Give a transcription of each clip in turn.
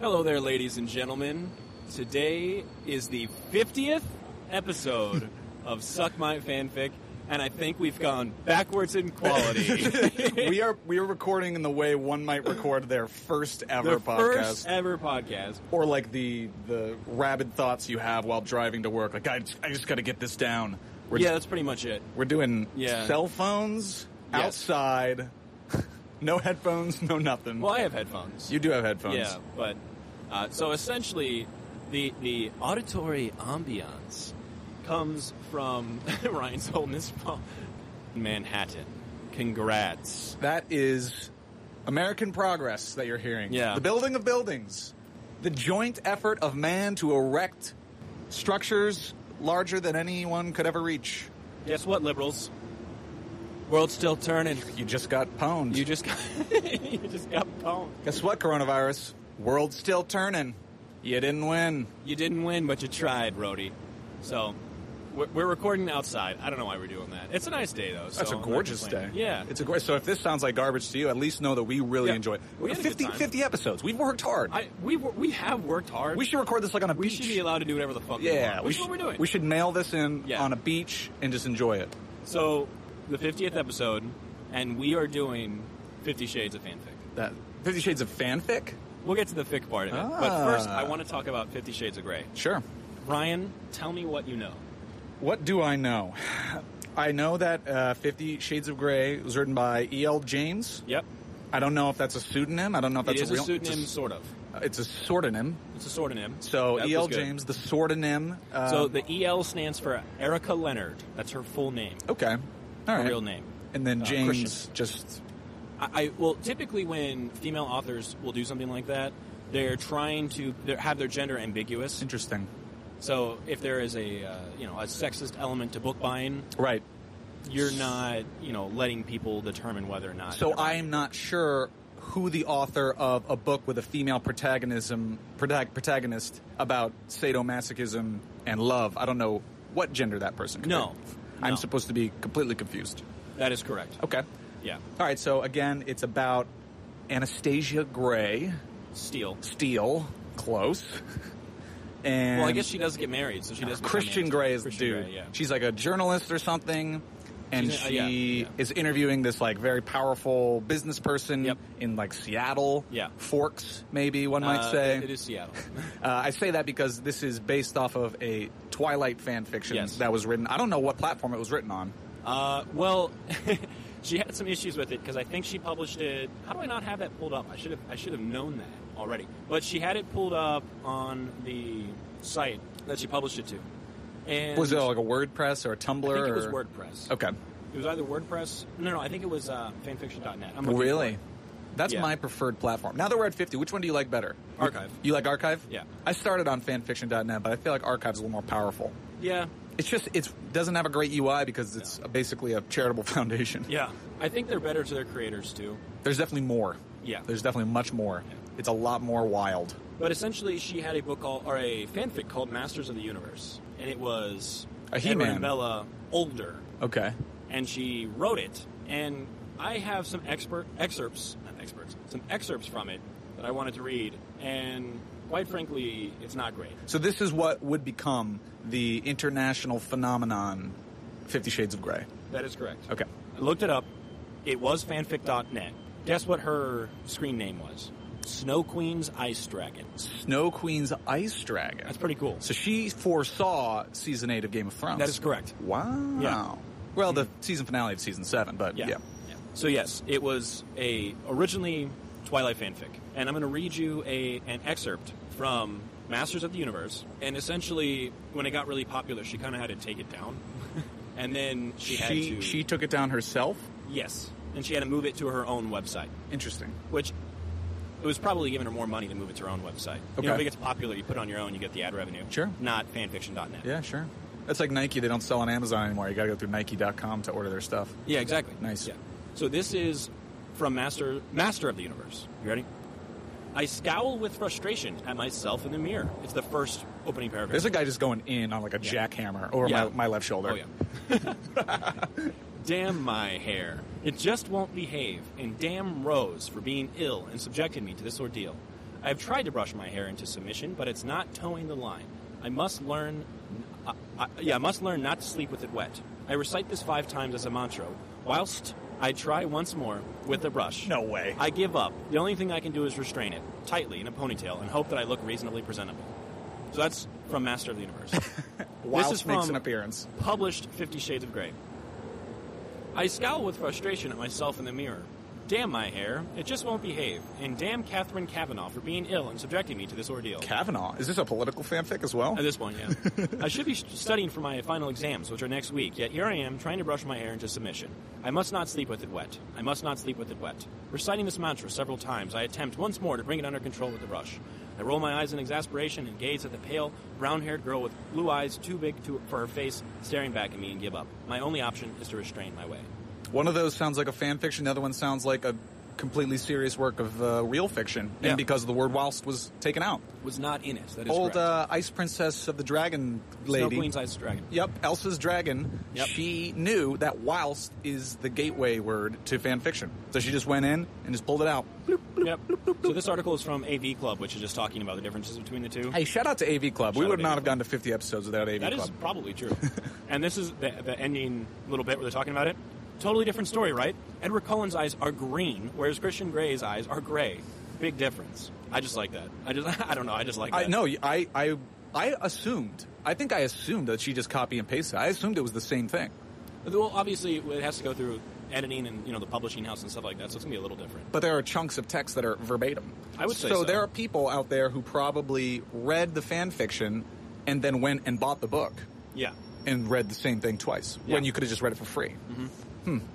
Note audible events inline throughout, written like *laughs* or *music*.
Hello there, ladies and gentlemen. Today is the 50th *laughs* episode of Suck My Fanfic, and I think we've gone backwards in *laughs* quality. *laughs* we are we are recording in the way one might record their first ever the podcast. first e- ever podcast. or like the the rabid thoughts you have while driving to work. Like I just, I just got to get this down. We're Yeah, that's pretty much it. we're doing Yeah. cell phones Yes. outside. *laughs* no headphones, no nothing. Well, I have headphones. You do have headphones. yeah, but uh, so essentially, the the auditory ambiance comes from *laughs* Ryan's holding phone. Manhattan. Congrats. That is American progress that you're hearing. Yeah. The building of buildings. The joint effort of man to erect structures larger than anyone could ever reach. Guess what, liberals? World's still turning. You just got pwned. You *laughs* just got, you just got pwned. Guess what, coronavirus? World's still turning. You didn't win. You didn't win, but you tried, Rody. So we're, we're recording outside. I don't know why we're doing that. It's a nice day though. So That's I'm a not gorgeous day. complaining. Yeah, It's a gor- so if this sounds like garbage to you, at least know that we really Yeah. enjoy it. We had a good 50, time. 50 episodes. We've worked hard. I, we were- we have worked hard. we should record this like on a we beach. should be allowed to do whatever the fuck. yeah, we want, which we is what should- we're doing. We should mail this in Yeah. on a beach and just enjoy it. So the 50th episode, and we are doing Fifty Shades of Fanfic. That Fifty Shades of Fanfic. We'll get to the fic part of it, but first Ah. I want to talk about Fifty Shades of Grey. Sure. Ryan, tell me what you know. What do I know? I know that uh, Fifty Shades of Grey was written by E.L. James. Yep, I don't know if that's a pseudonym. I don't know if that's it is a a real. pseudonym, It's sort of. a, it's a pseudonym. It's a pseudonym. So That E.L. was good. James, the pseudonym. Um, So the EL stands for Erica Leonard. That's her full name, okay, all right, her real name. and then uh, James Christian. just I, I well, typically when female authors will do something like that, they're trying to they're, have their gender ambiguous. interesting, So if there is a uh, you know a sexist element to book buying, right? you're not you know letting people determine whether or not. So they're- I am not sure who the author of a book with a female protagonism protag- protagonist about sadomasochism and love. I don't know what gender that person. Could No. be. I'm No. supposed to be completely confused. that is correct. Okay, Yeah, all right. So again, it's about Anastasia Gray Steele. Steele, close. And Well, I guess she does get married, so she does. become Christian Anne- Grey is the Christian dude. Grey, yeah. She's like a journalist or something, and She's- uh, she yeah, yeah. is interviewing this like very powerful business person Yep. in like Seattle, Yeah. Forks, maybe one might Uh, say. it is Seattle. Uh, I say that because this is based off of a Twilight fan fiction Yes. that was written. I don't know what platform it was written on. Uh, well, *laughs* she had some issues with it because I think she published it. How do I not have that pulled up? I should have. I should have known that already. But she had it pulled up on the site that she published it to. And Was it like a WordPress or a Tumblr? I think it was or- WordPress. Okay, It was either WordPress. No, no. I think it was uh, fanfiction.net. I'm looking really. for it. That's Yeah. my preferred platform. Now that we're at 50, which one do you like better? Archive. You like Archive? Yeah. I started on fanfiction.net, but I feel like Archive's a little more powerful. Yeah. It's just it doesn't have a great UI because it's No. basically a charitable *laughs* foundation. Yeah. I think they're better to their creators too. There's definitely more. Yeah. There's definitely much more. Yeah. It's a lot more wild. But essentially, she had a book called, or a fanfic called Masters of the Universe, and it was A Edward He-Man. and Bella older, Okay. and she wrote it. And I have some expert excerpts, not experts, some excerpts from it that I wanted to read. And quite frankly, it's not great. So this is what would become the international phenomenon, Fifty Shades of Grey. That is correct. Okay. I looked it up. It was fanfic.net. Guess what her screen name was? Snow Queen's Ice Dragon. Snow Queen's Ice Dragon. That's pretty cool. So she foresaw season eight of Game of Thrones. That is correct. Wow. Yeah. Mm-hmm. Well, the season finale of season seven, but yeah. Yeah. So yes, it was a originally Twilight fanfic, and I'm going to read you a an excerpt from Masters of the Universe. And essentially, when it got really popular, she kind of had to take it *laughs* down, and then she, had she to she took it down herself. yes, and she had to move it to her own website, Interesting. which it was probably giving her more money to move it to her own website. You know, Okay. if it gets popular, you put it on your own, you get the ad revenue. Sure. Not fanfiction.net. Yeah, sure. That's like Nike. They don't sell on Amazon anymore. You got to go through Nike.com to order their stuff. Yeah, exactly. Nice. Yeah. So this is from Master Master of the Universe. You ready? I scowl with frustration at myself in the mirror. It's the first opening paragraph. There's a guy just going in on like a Yeah. jackhammer over Yeah. my, my left shoulder. Oh yeah. *laughs* damn my hair. It just won't behave. And damn Rose for being ill and subjecting me to this ordeal. I've tried to brush my hair into submission, but it's not towing the line. I must learn. I, I, yeah, I must learn not to sleep with it wet. I recite this five times as a mantra, whilst I try once more with a brush. No way. I give up. The only thing I can do is restrain it tightly in a ponytail and hope that I look reasonably presentable. So that's from Master of the Universe. Whilst is makes from- an appearance. Published Fifty Shades of Grey. I scowl with frustration at myself in the mirror. Damn my hair, it just won't behave, and damn Catherine Kavanaugh for being ill and subjecting me to this ordeal. Kavanaugh. Is this a political fanfic as well? At this point, yeah. I should be st- studying for my final exams, which are next week, yet here I am trying to brush my hair into submission. I must not sleep with it wet. I must not sleep with it wet. Reciting this mantra several times, I attempt once more to bring it under control with the brush. I roll my eyes in exasperation and gaze at the pale, brown haired girl with blue eyes too big to, for her face staring back at me and give up. My only option is to restrain my way. One of those sounds like a fan fiction. The other one sounds like a completely serious work of uh, real fiction. Yeah. And because the word whilst was taken out. Was not in it. That is Old correct. uh, Ice Princess of the Dragon Snow lady. Queen's Ice Dragon. Yep, Elsa's dragon. Yep. She knew that whilst is the gateway word to fan fiction, so she just went in and just pulled it out. Yep. So this article is from AV Club, which is just talking about the differences between the two. Hey, shout out to AV Club. we Shout would out not AV have Club. gotten to 50 episodes without AV That Club. is probably *laughs* true. and this is the, the ending little bit where they're talking about it. Totally different story, right? Edward Cullen's eyes are green, whereas Christian Gray's eyes are gray. Big difference. I just like that. I just *laughs* I don't know. I just like that. I no, I I I assumed. I think I assumed that she just copy and pasted. I assumed it was the same thing. Well, obviously it has to go through editing and you know the publishing house and stuff like that, so it's gonna be a little different. But there are chunks of text that are verbatim. I would say so. there are people out there who probably read the fan fiction and then went and bought the book Yeah. and read the same thing twice Yeah. Mm-hmm. when you could have just read it for free.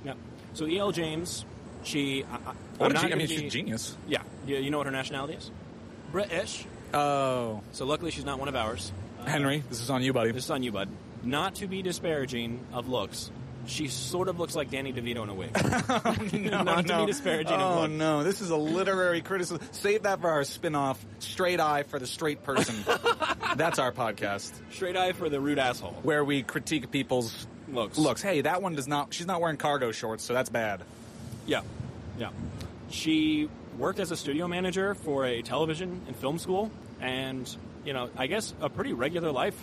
Yeah. So E. L. James, she. I, I, What I'm a not gen- I gonna mean, be- she's a genius. Yeah. You, you know what her nationality is? British. Oh, So luckily she's not one of ours. Henry, this is on you, buddy. This is on you, bud. Not to be disparaging of looks, she sort of looks like Danny DeVito in a wig. *laughs* no, not to be disparaging of Oh looks. no, this is a literary criticism. Save that for our spin-off, Straight Eye for the *laughs* Straight Person. That's our podcast Straight eye for the rude asshole. where we critique people's Looks. looks. Hey, that one does not. She's not wearing cargo shorts, so that's bad. Yeah. Yeah. She worked as a studio manager for a television and film school, and, you know, I guess a pretty regular life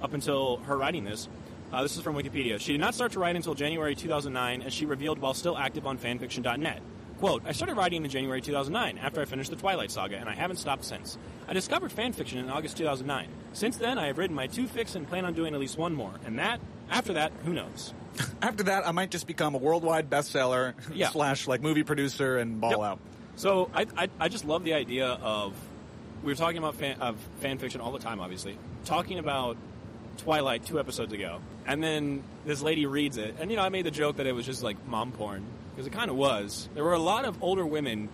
up until her writing this. Uh, this is from Wikipedia. She did not start to write until January 2009, as she revealed while still active on fanfiction.net. Quote, I started writing in January 2009 after I finished the Twilight Saga, and I haven't stopped since. I discovered fanfiction in August 2009. Since then, I have written my two fics and plan on doing at least one more. And that, after that, who knows? After that, I might just become a worldwide bestseller *laughs* Yeah. slash like movie producer and ball Yep. out. So I, I, I just love the idea of we were talking about fan, of fan fiction all the time, obviously. Talking about Twilight two episodes ago, and then this lady reads it, and you know I made the joke that it was just like mom porn because it kind of was. There were a lot of older women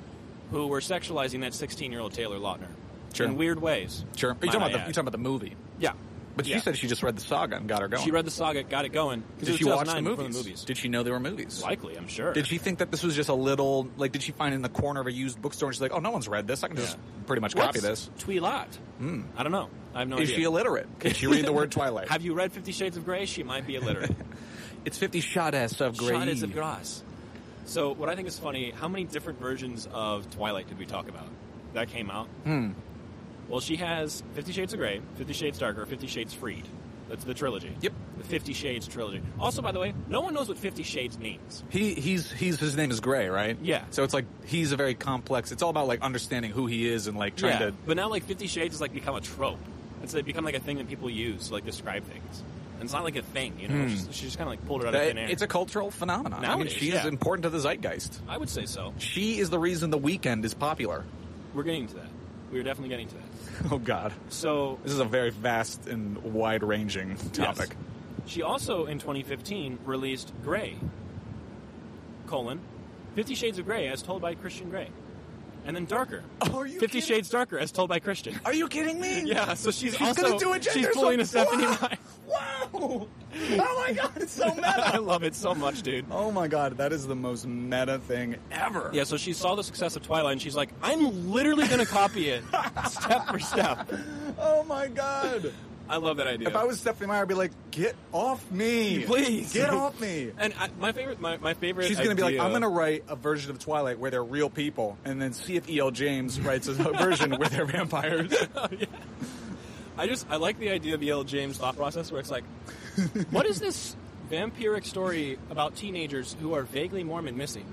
who were sexualizing that sixteen year old Taylor Lautner Sure. in weird ways. Sure, you might talking I about the, add. you're talking about the movie, yeah, but Yeah. she said she just read the saga and got her going. she read the saga, got it going. 'cause it Did was she watch the 2009 before movies? The movies. Did she know there were movies? Likely, I'm sure. Did she think that this was just a little like? Did she find it in the corner of a used bookstore and she's like, "Oh, no one's read this. I can just Yeah. pretty much copy What's this." Hmm. Twilight? I don't know. I have no Is idea. she illiterate? Can she read the word *laughs* Twilight? Have you read Fifty Shades of Grey? She might be *laughs* illiterate. it's fifty shot ass of E. grade. Shades of Grass. So, what I think is funny, how many different versions of Twilight did we talk about that came out? Hmm. Well, she has Fifty Shades of Grey, Fifty Shades Darker, Fifty Shades Freed. That's the trilogy. Yep. The Fifty Shades trilogy. Also, by the way, no one knows what Fifty Shades means. He he's he's his name is Gray, right? Yeah. So it's like he's a very complex. It's all about like understanding who he is and like trying to. But now, like Fifty Shades has like become a trope. It's like, become like a thing that people use to like describe things. And it's not like a thing, you know. It's just- she just kind of like pulled it out of Hmm. That- thin air. it's a cultural phenomenon. Nowadays, I mean, she is yeah. important to the zeitgeist. I would say so. She is the reason the weekend is popular. We're getting to that. We are definitely getting to that. *laughs* Oh God, So this is a very vast and wide ranging topic. Yes. She also, in 2015, released Grey, colon, Fifty Shades of Grey, as told by Christian Grey. And then Darker. Oh, are you Fifty kidding? Shades Darker, as told by Christian. Are you kidding me? Yeah, so she's, She's also, gonna do a gender she's pulling a swap. Stephanie Wow! Meyer. *laughs* Wow! Oh my god, it's so I meta. love it so much, dude. oh my god, that is the most meta thing ever. Yeah, so she saw the success of Twilight, and she's *laughs* like, I'm literally going to copy it step for step. Oh my god. I love that idea. If I was Stephanie Meyer, I'd be like, "Get off me, Please. Get off me!" and I, my favorite, my, my favorite. She's gonna be like, idea- "I'm gonna write a version of Twilight where they're real people, and then see if E.L. James writes a *laughs* version where *laughs* they're vampires." I just I like the idea of the L. James thought process where it's *laughs* like, what is this vampiric story about teenagers who are vaguely Mormon missing?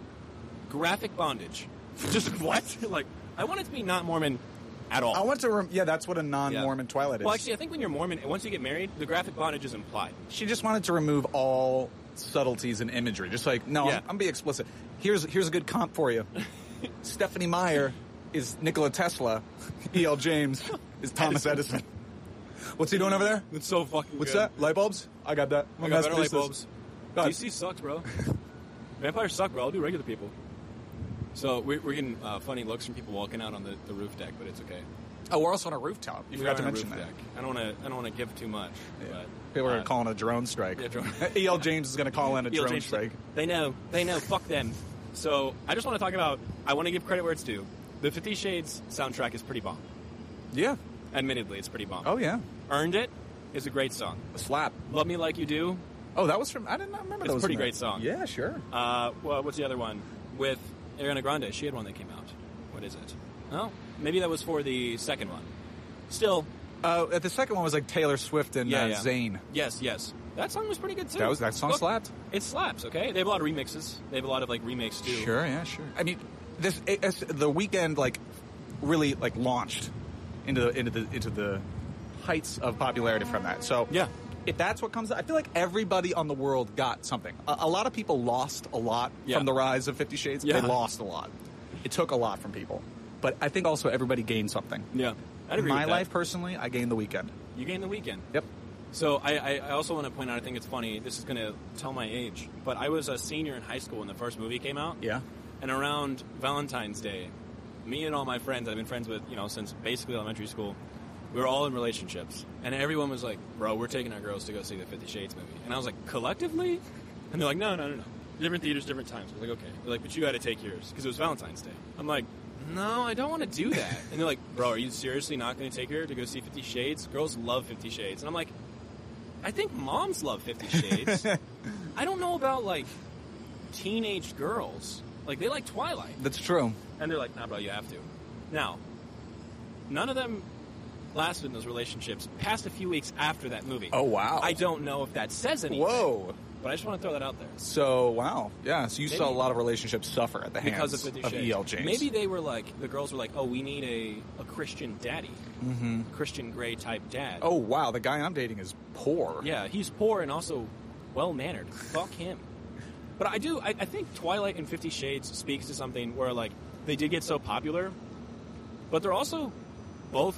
Graphic bondage. *laughs* Just what? like I want it to be not Mormon at all. I want to, rem- yeah, that's what a Yeah. non-Mormon Twilight is. Well, actually, I think when you're Mormon, once you get married, the graphic bondage is implied. she just wanted to remove all subtleties and imagery. Just like, no, Yeah. I'm, I'm being explicit. Here's here's a good comp for *laughs* you. Stephanie Meyer is Nikola Tesla. E.L. James is Thomas Edison. What's he doing over there? It's so fucking. What's that? Light bulbs? I got that. I I'm got gonna better light mass-produce this. bulbs. God. DC sucks, *laughs* bro. Vampires suck, bro. I'll do regular people. So we're, we're getting uh, funny looks from people walking out on the, the roof deck, but it's okay. Oh, we're also on a rooftop. We You forgot are to on a mention roof that. deck. I don't want to. I don't want to give too much. Yeah. But, People are uh, calling a drone strike. yeah, *laughs* drone- E.L. James is going to call in a Neil drone James- strike. They know. They know. Fuck them. So I just want to talk about. I want to give credit where it's due. The Fifty Shades soundtrack is pretty bomb. Yeah. Admittedly, it's pretty bomb. Oh yeah. Earned It is a great song. A slap. Love Me Like You Do. Oh, that was from. I did not remember. It's that a was pretty in there. great song. Yeah, sure. Uh, well, what's the other one with Ariana Grande? She had one that came out. What is it? Oh, maybe that was for the second one. Still, Uh, the second one was like Taylor Swift and yeah, uh, yeah. Zane. Yes, yes. That song was pretty good too. That was- that song slapped. It slaps. Okay, they have a lot of remixes. They have a lot of like remakes too. Sure, yeah, sure. I mean, this it, it's- the weekend like really like launched into the into the into the heights of popularity from that. So Yeah. if that's what comes, I feel like everybody on the world got something. A, a lot of people lost a lot Yeah. from the rise of Fifty Shades. Yeah. They lost a lot. It took a lot from people, but I think also everybody gained something. Yeah, I agree. My with that. life personally, I gained the weekend. you gain the weekend. Yep. So I, I, I also want to point out. I think it's funny. This is going to tell my age, but I was a senior in high school when the first movie came out. Yeah. And around Valentine's Day, me and all my friends I've been friends with, you know, since basically elementary school, we were all in relationships. And everyone was like, bro, we're taking our girls to go see the Fifty Shades movie. And I was like, collectively? And they're like, no, no, no, no. Different theaters, different times. I was like, okay. They're like, but you got to take yours because it was Valentine's Day. I'm like, no, I don't want to do that. and they're like, bro, are you seriously not going to take her to go see Fifty Shades? Girls love Fifty Shades. And I'm like, I think moms love Fifty Shades. I don't know about like teenage girls. Like they like Twilight, That's true. and they're like, "Nah, bro, you have to." Now, none of them lasted in those relationships past a few weeks after that movie. Oh, wow. I don't know if that says anything. Whoa. But I just want to throw that out there So wow, yeah. So you Maybe. saw a lot of relationships suffer at the because hands of E Fifty of Shades. E.L. James. Maybe they were like the girls were like, "Oh, we need a, a Christian daddy, mm-hmm. Christian Grey type dad." Oh wow, the guy I'm dating is poor. Yeah, he's poor and also well mannered. Fuck him. But I do. I, I think Twilight and Fifty Shades speaks to something where like they did get so popular, but they're also both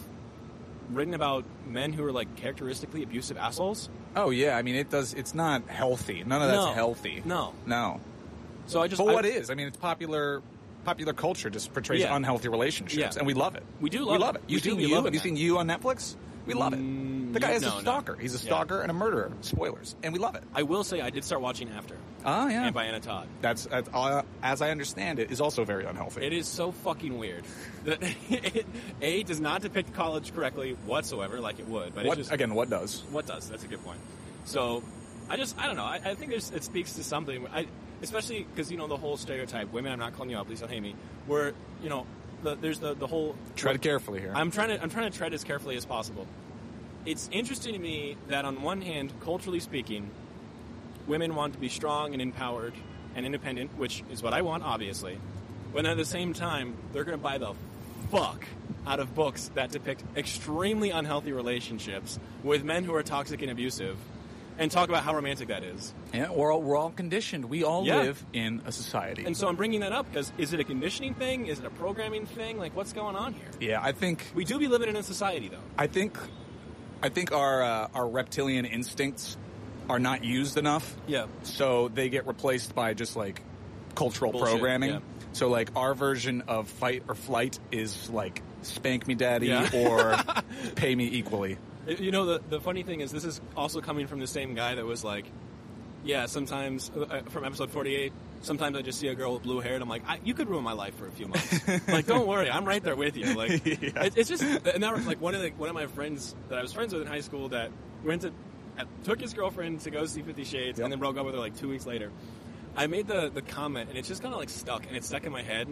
written about men who are like characteristically abusive assholes. Oh yeah, I mean it does. It's not healthy. None of that's No. healthy. No. no. So I just But I- what is? I mean, it's popular. Popular culture just portrays Yeah. unhealthy relationships, Yeah. and we love it. We do love we love it. it. We You've do. seen We you. love it, Have you man. seen you on Netflix? We love Mm, it. The guy is no, no. a stalker. He's a Yeah. stalker and a murderer. Spoilers, and we love it. I will say I did start watching After. Ah, yeah. And by Anna Todd. That's, that's uh, as I understand it, is also very unhealthy. It is so fucking weird *laughs* that it, A does not depict college correctly whatsoever, like it would. But What it's just, again? What does? What does? That's a good point. So, I just I don't know. I, I think there's, it speaks to something. I especially because you know the whole stereotype. Women, I'm not calling you out. Please don't hate me. Where you know the, there's the the whole. Tread carefully here. I'm trying to I'm trying to tread as carefully as possible. It's interesting to me that on one hand, culturally speaking, women want to be strong and empowered and independent, which is what I want, obviously. But at the same time, they're going to buy the fuck out of books that depict extremely unhealthy relationships with men who are toxic and abusive, and talk about how romantic that is. Yeah, we're all, we're all conditioned. We all Yeah. live in a society. And so I'm bringing that up because is it a conditioning thing? Is it a programming thing? Like, what's going on here? yeah, I think We do be living in a society, though. I think I think our uh, our reptilian instincts are not used enough. Yeah. So they get replaced by just like cultural Bullshit, programming. yeah. So like our version of fight or flight is like spank me daddy Yeah. *laughs* or pay me equally. Y- Uh, You know, the, the funny thing is, this is also coming from the same guy that was like, yeah, sometimes uh, uh, from episode 48, Sometimes I just see a girl with blue hair, and I'm like, I, "You could ruin my life for a few months." like, don't worry, I'm right there with you. Like, it, it's just and that was, like one of the, one of my friends that I was friends with in high school that went to took his girlfriend to go see Fifty Shades, Yep. and then broke up with her like two weeks later. I made the the comment, and it's just kind of like stuck, and it's stuck in my head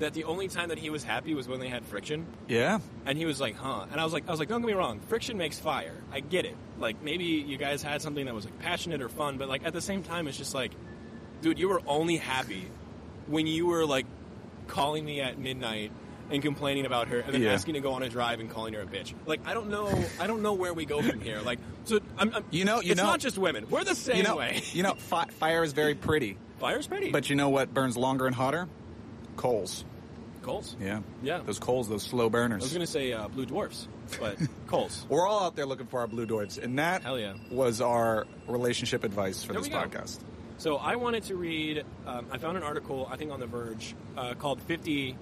that the only time that he was happy was when they had friction. Yeah. And he was like, "Huh?" And I was like, "I was like, don't get me wrong. Friction makes fire. I get it. Like, maybe you guys had something that was like passionate or fun, but like at the same time, it's just like, dude, you were only happy when you were like calling me at midnight and complaining about her, and then Yeah. asking to go on a drive and calling her a bitch. Like, I don't know, I don't know where we go from here. Like, so I'm, I'm You know- you it's know- not just women. We're the same you know, way. *laughs* you know, fi- fire is very pretty, Fire's pretty, but you know what burns longer and hotter? Coals. coals. Yeah. Yeah. Those coals, those slow burners. I was gonna say uh, blue dwarfs, *laughs* but coals. We're all out there looking for our blue dwarfs, and that Hell yeah. was our relationship advice for There this we go. podcast. So I wanted to read. Um, I found an article, I think, on The Verge, uh, called "50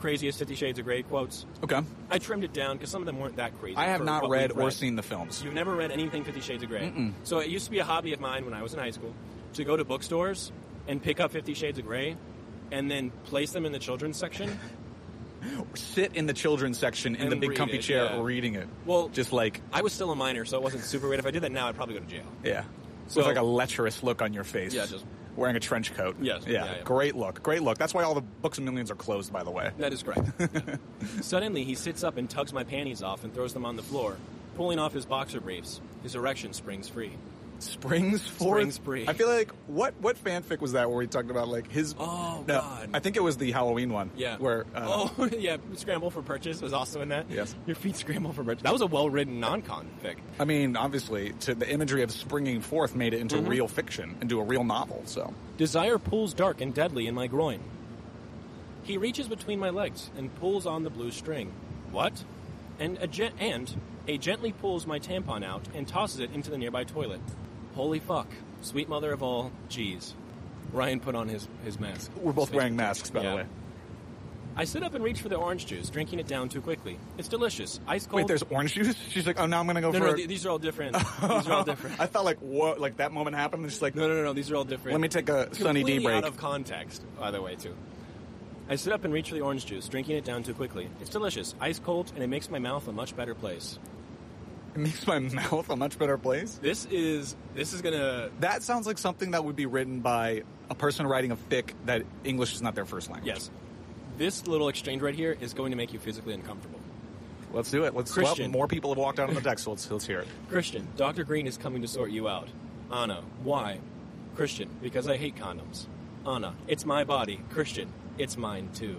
Craziest Fifty Shades of Grey Quotes." Okay. I trimmed it down because some of them weren't that crazy. I have for not what read we've or seen the films. You've never read anything Fifty Shades of gray So it used to be a hobby of mine when I was in high school to go to bookstores and pick up Fifty Shades of Grey, and then place them in the children's section. Sit in the children's section in And the big read comfy it, chair yeah. reading it. Well- just like I was still a minor, so it wasn't super weird. If I did that now, I'd probably go to jail. yeah. So- with like a lecherous look on your face. Yeah, just- wearing a trench coat. Yes, Yeah. yeah, yeah. Great look. Great look. That's why all the books and millions are closed by the way. That is correct. *laughs* Suddenly, he sits up and tugs my panties off and throws them on the floor. Pulling off his boxer briefs, his erection springs free. Springs for Springs free. I feel like what what fanfic was that where we talked about like his Oh, God. I think it was the Halloween one. Yeah. Where uh, oh *laughs* yeah, Scramble for Purchase was also in that. Yes. Your feet scramble for purchase. That was a well written non con fic. I mean, obviously, to the imagery of springing forth made it into Mm-hmm. real fiction, into a real novel. So, Desire pulls dark and deadly in my groin. He reaches between my legs and pulls on the blue string. What? And a gen- and a gently pulls my tampon out and tosses it into the nearby toilet. Holy fuck! Sweet mother of all, jeez. Ryan put on his his mask. we're both His wearing facial masks, by Yeah. the way. I sit up and reach for the orange juice, drinking it down too quickly. It's delicious, ice cold. Wait, there's orange juice. *laughs* She's like, oh, now I'm gonna go no, for. no, th- these are all *laughs* different. these are all different. I thought like what, like that moment happened. And she's like, No, no, no, no. These are all different. Let me take a Sunny D Completely break. Out of context, by the way, too. I sit up and reach for the orange juice, drinking it down too quickly. It's delicious, ice cold, and it makes my mouth a much better place. *laughs* It makes my mouth a much better place. This is this is gonna That sounds like something that would be written by a person writing a fic that English is not their first language. yes. This little exchange right here is going to make you physically uncomfortable. let's do it. Let's. Christian. Well, more people have walked out on the deck, so let's, let's hear it. Christian, Doctor Green is coming to sort you out. Anna, why? Christian, because I hate condoms. Anna, it's my body. Christian, it's mine too.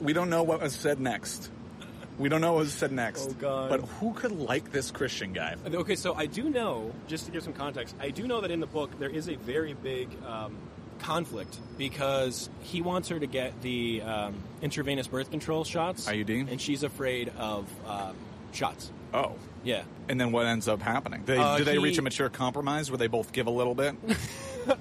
We don't know what was said next. We don't know what was said next. Oh, God. But who could like this Christian guy? Okay, so I do know, just to give some context, I do know that in the book there is a very big um, conflict because he wants her to get the um, intravenous birth control shots. IUD? And she's afraid of um, shots. Oh. Yeah. *laughs* And then what ends up happening? They, Uh, do they he- reach a mature compromise where they both give a *laughs* little bit,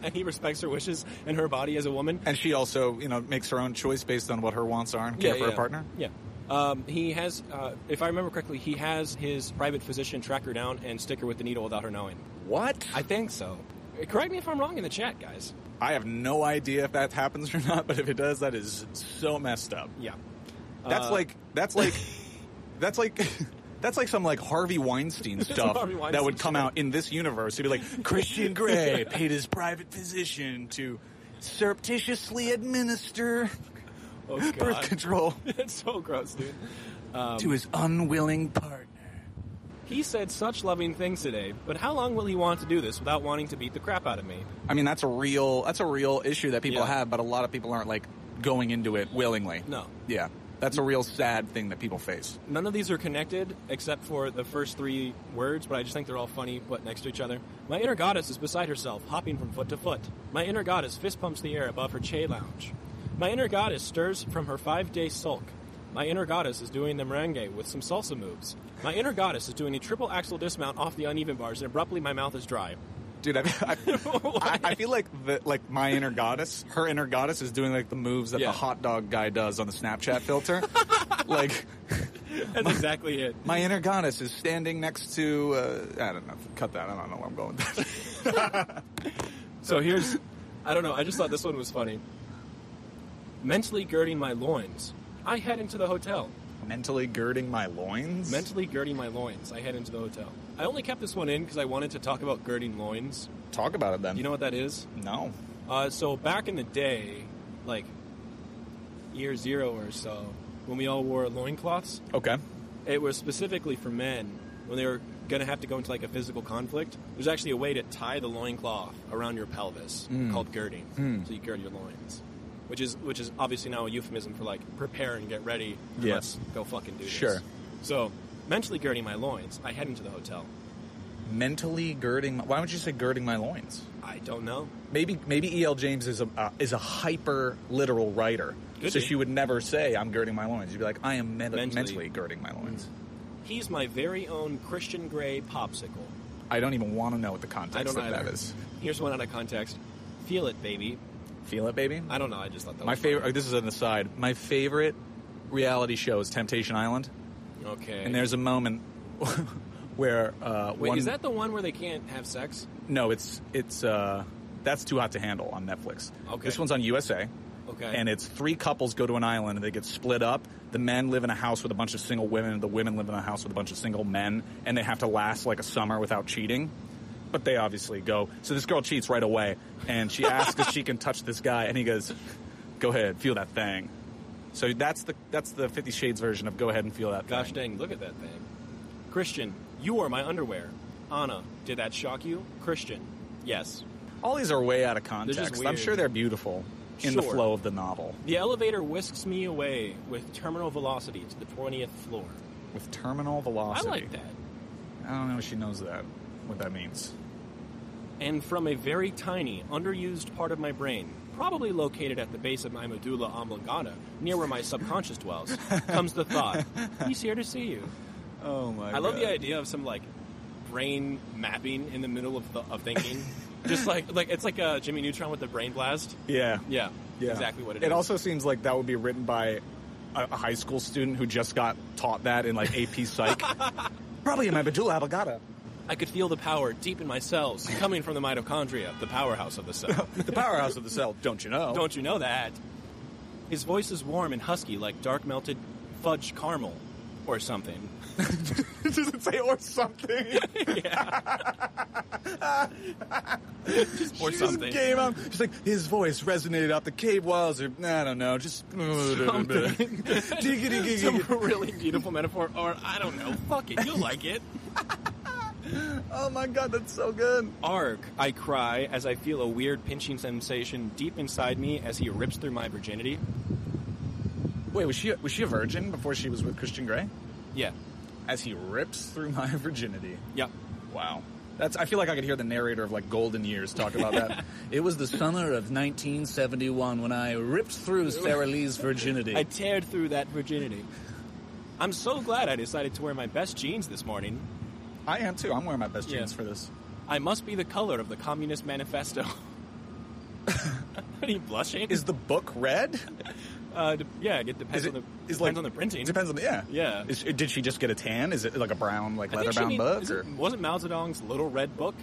and he respects her wishes and her body as a woman. and she also, you know, makes her own choice based on what her wants are and care for her partner? Yeah. Um, he has, uh, if I remember correctly, he has his private physician track her down and stick her with the needle without her knowing. What? I think so. Correct me if I'm wrong in the chat, guys. I have no idea if that happens or not, but if it does, that is so messed up. Yeah. That's Uh, like *laughs* that's like that's like. *laughs* That's like some like Harvey *laughs* Weinstein It's stuff Harvey Weinstein that would come shit. out in this universe. He'd be like, *laughs* Christian Grey paid his private physician to surreptitiously administer Oh, *laughs* birth God. *laughs* Um, control That's so gross, dude. to his unwilling partner. He said such loving things today, but how long will he want to do this without wanting to beat the crap out of me? I mean, that's a real that's a real issue that people Yeah. have, but a lot of people aren't like going into it willingly. No. Yeah, that's a real sad thing that people face. None of these are connected except for the first three words, but I just think they're all funny put next to each other. My inner goddess is beside herself, hopping from foot to foot. My inner goddess fist pumps the air above her chay lounge. My inner goddess stirs from her five day sulk. My inner goddess is doing the merengue with some salsa moves. My inner goddess is doing a triple axle dismount off the uneven bars, and abruptly my mouth is dry. *laughs* Dude, I, *laughs* I, I, I feel like the, like my inner goddess, her inner goddess is doing like the moves that Yeah. the hot dog guy does on the Snapchat *laughs* filter. like That's exactly it. my inner goddess is standing next to uh, I don't know. Cut that. *laughs* I don't know where I'm going. With that. so here's, I don't know, I just thought this one was funny. Mentally girding my loins, I head into the hotel. Mentally girding my loins. Mentally girding my loins, I head into the hotel. I only kept this one in because I wanted to talk about girding loins. Talk about it then. You know what that is? no. Uh, so back in the day, like year zero or so, when we all wore loincloths, Okay. it was specifically for men when they were going to have to go into like a physical conflict. There's actually a way to tie the loincloth around your pelvis Mm. called girding. So you gird your loins. Which is which is obviously now a euphemism for like prepare and get ready. Yes. Let's go fucking do this. Sure. So mentally girding my loins, I head into the hotel. Mentally girding. My, why would you say girding my loins? I don't know. Maybe maybe E.L. James is a uh, is a hyper literal writer, Could so be. she would never say I'm girding my loins. You'd be like I am men- mentally. Mentally. girding my loins. He's my very own Christian Grey popsicle. I don't even want to know what the context I don't of know. that is. Here's one out of context. Feel it, baby. Feel it, baby. I don't know. I just thought that My was favorite. This is an aside. My favorite reality show is Temptation Island, funny. Okay. and there's a moment *laughs* where uh, wait, one, is that the one where they can't have sex? No, it's it's uh, that's too hot to handle on Netflix. Okay. This one's on USA. Okay. And it's three couples go to an island and they get split up. The men live in a house with a bunch of single women, and the women live in a house with a bunch of single men, and they have to last like a summer without cheating. But they obviously go. So this girl cheats right away, and she asks if she can touch this guy, and he goes, "Go ahead, feel that thing." So that's the that's the Fifty Shades version of "Go ahead and feel that." Gosh thing. dang, look at that thing. Christian, you are my underwear. Anna, did that shock you? Christian, yes. All these are way out of just context. I'm weird. sure they're beautiful in the Sure. flow of the novel. The elevator whisks me away with terminal velocity to the 20th floor. with terminal velocity. I like that. I don't know if she knows that, what that means. And from a very tiny, underused part of my brain, probably located at the base of my medulla oblongata, near where my subconscious *laughs* dwells, comes the thought, he's here to see you. Oh my! I love the idea of some like brain mapping in the middle of the, of *laughs* thinking. Just like like it's like uh, Jimmy Neutron with the brain blast. Yeah, Yeah, yeah. exactly what it it is. It also seems like that would be written by a, a high school student who just got taught that in like *laughs* AP Psych. Probably in my medulla oblongata. I could feel the power deep in my cells coming from the mitochondria, the powerhouse of the *laughs* cell. The powerhouse of the cell, don't you know? Don't you know that? His voice is warm and husky, like dark melted fudge caramel, or something. *laughs* Does it say or something? *laughs* Or She just something. Came out. She's like his voice resonated out the cave walls, or I don't know, just *laughs* *laughs* Something. *laughs* Giggity, Some giggity. really beautiful metaphor, or I don't know. Fuck it, you'll like it. Oh my god, that's so good. Arg, I cry as I feel a weird pinching sensation deep inside me as he rips through my virginity. Wait, was she was she a virgin before she was with Christian Grey? Yeah. as he rips through my *laughs* virginity. Yep. Wow. That's I feel like I could hear the narrator of like Golden Years talk about *laughs* that. it was the summer of 1971 when I ripped through Sarah Lee's virginity. I teared through that virginity. I'm so glad I decided to wear my best jeans this morning. I am too. I'm wearing my best Yeah. jeans for this. I must be the color of the Communist Manifesto. *laughs* Are you blushing? Is the book red? uh, d- yeah, it depends Is on the is, depends on the printing. It depends on the yeah. Yeah. Is, did she just get a tan? Is it like a brown like I think leather she bound need- book? is Or? it- wasn't Mao Zedong's Little Red Book?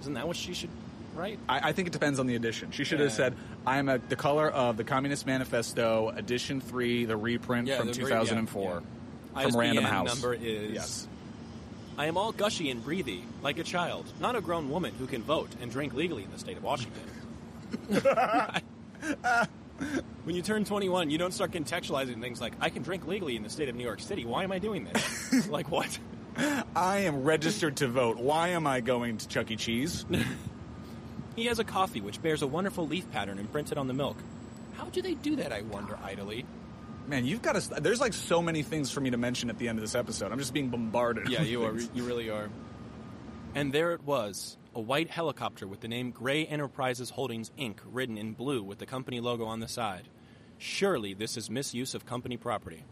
Isn't that what she should write? I, I think it depends on the edition. She should have Yeah. said, "I am a, the color of the Communist Manifesto, edition three, the reprint from 2004 from ISBN Random House." number is yes. I am all gushy and breathy, like a child, not a grown woman who can vote and drink legally in the state of Washington. *laughs* when you turn 21, you don't start contextualizing things like, I can drink legally in the state of New York City. Why am I doing this? like, what? I am registered to vote. Why am I going to Chuck E. Cheese? *laughs* He has a coffee which bears a wonderful leaf pattern imprinted on the milk. How do they do that, I wonder idly? Man, you've got to. There's like so many things for me to mention at the end of this episode. I'm just being bombarded. Yeah, with you are. things. You really are. And there it was a white helicopter with the name Gray Enterprises Holdings Inc. written in blue with the company logo on the side. Surely this is misuse of company property.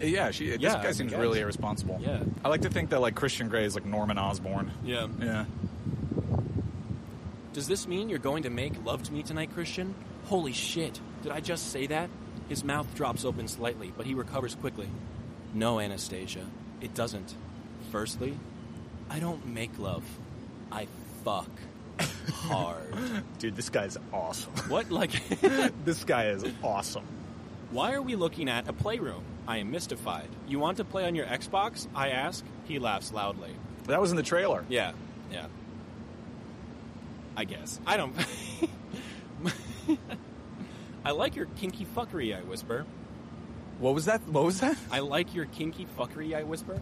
Yeah, she, this Yeah, guy I seems guess. really irresponsible. Yeah. I like to think that like Christian Grey is like Norman Osborn. Yeah. Yeah. Does this mean you're going to make love to me tonight, Christian? Holy shit. Did I just say that? His mouth drops open slightly, but he recovers quickly. No, Anastasia. It doesn't. Firstly, I don't make love. I fuck hard. Dude, this guy's *laughs* awesome. What like? this guy is awesome. Why are we looking at a playroom? I am mystified. You want to play on your Xbox? I ask. He laughs loudly. That was in the trailer. Yeah, yeah. I guess. I don't. *laughs* I like your kinky fuckery, I whisper. What was that? What was that? I like your kinky fuckery, I whisper.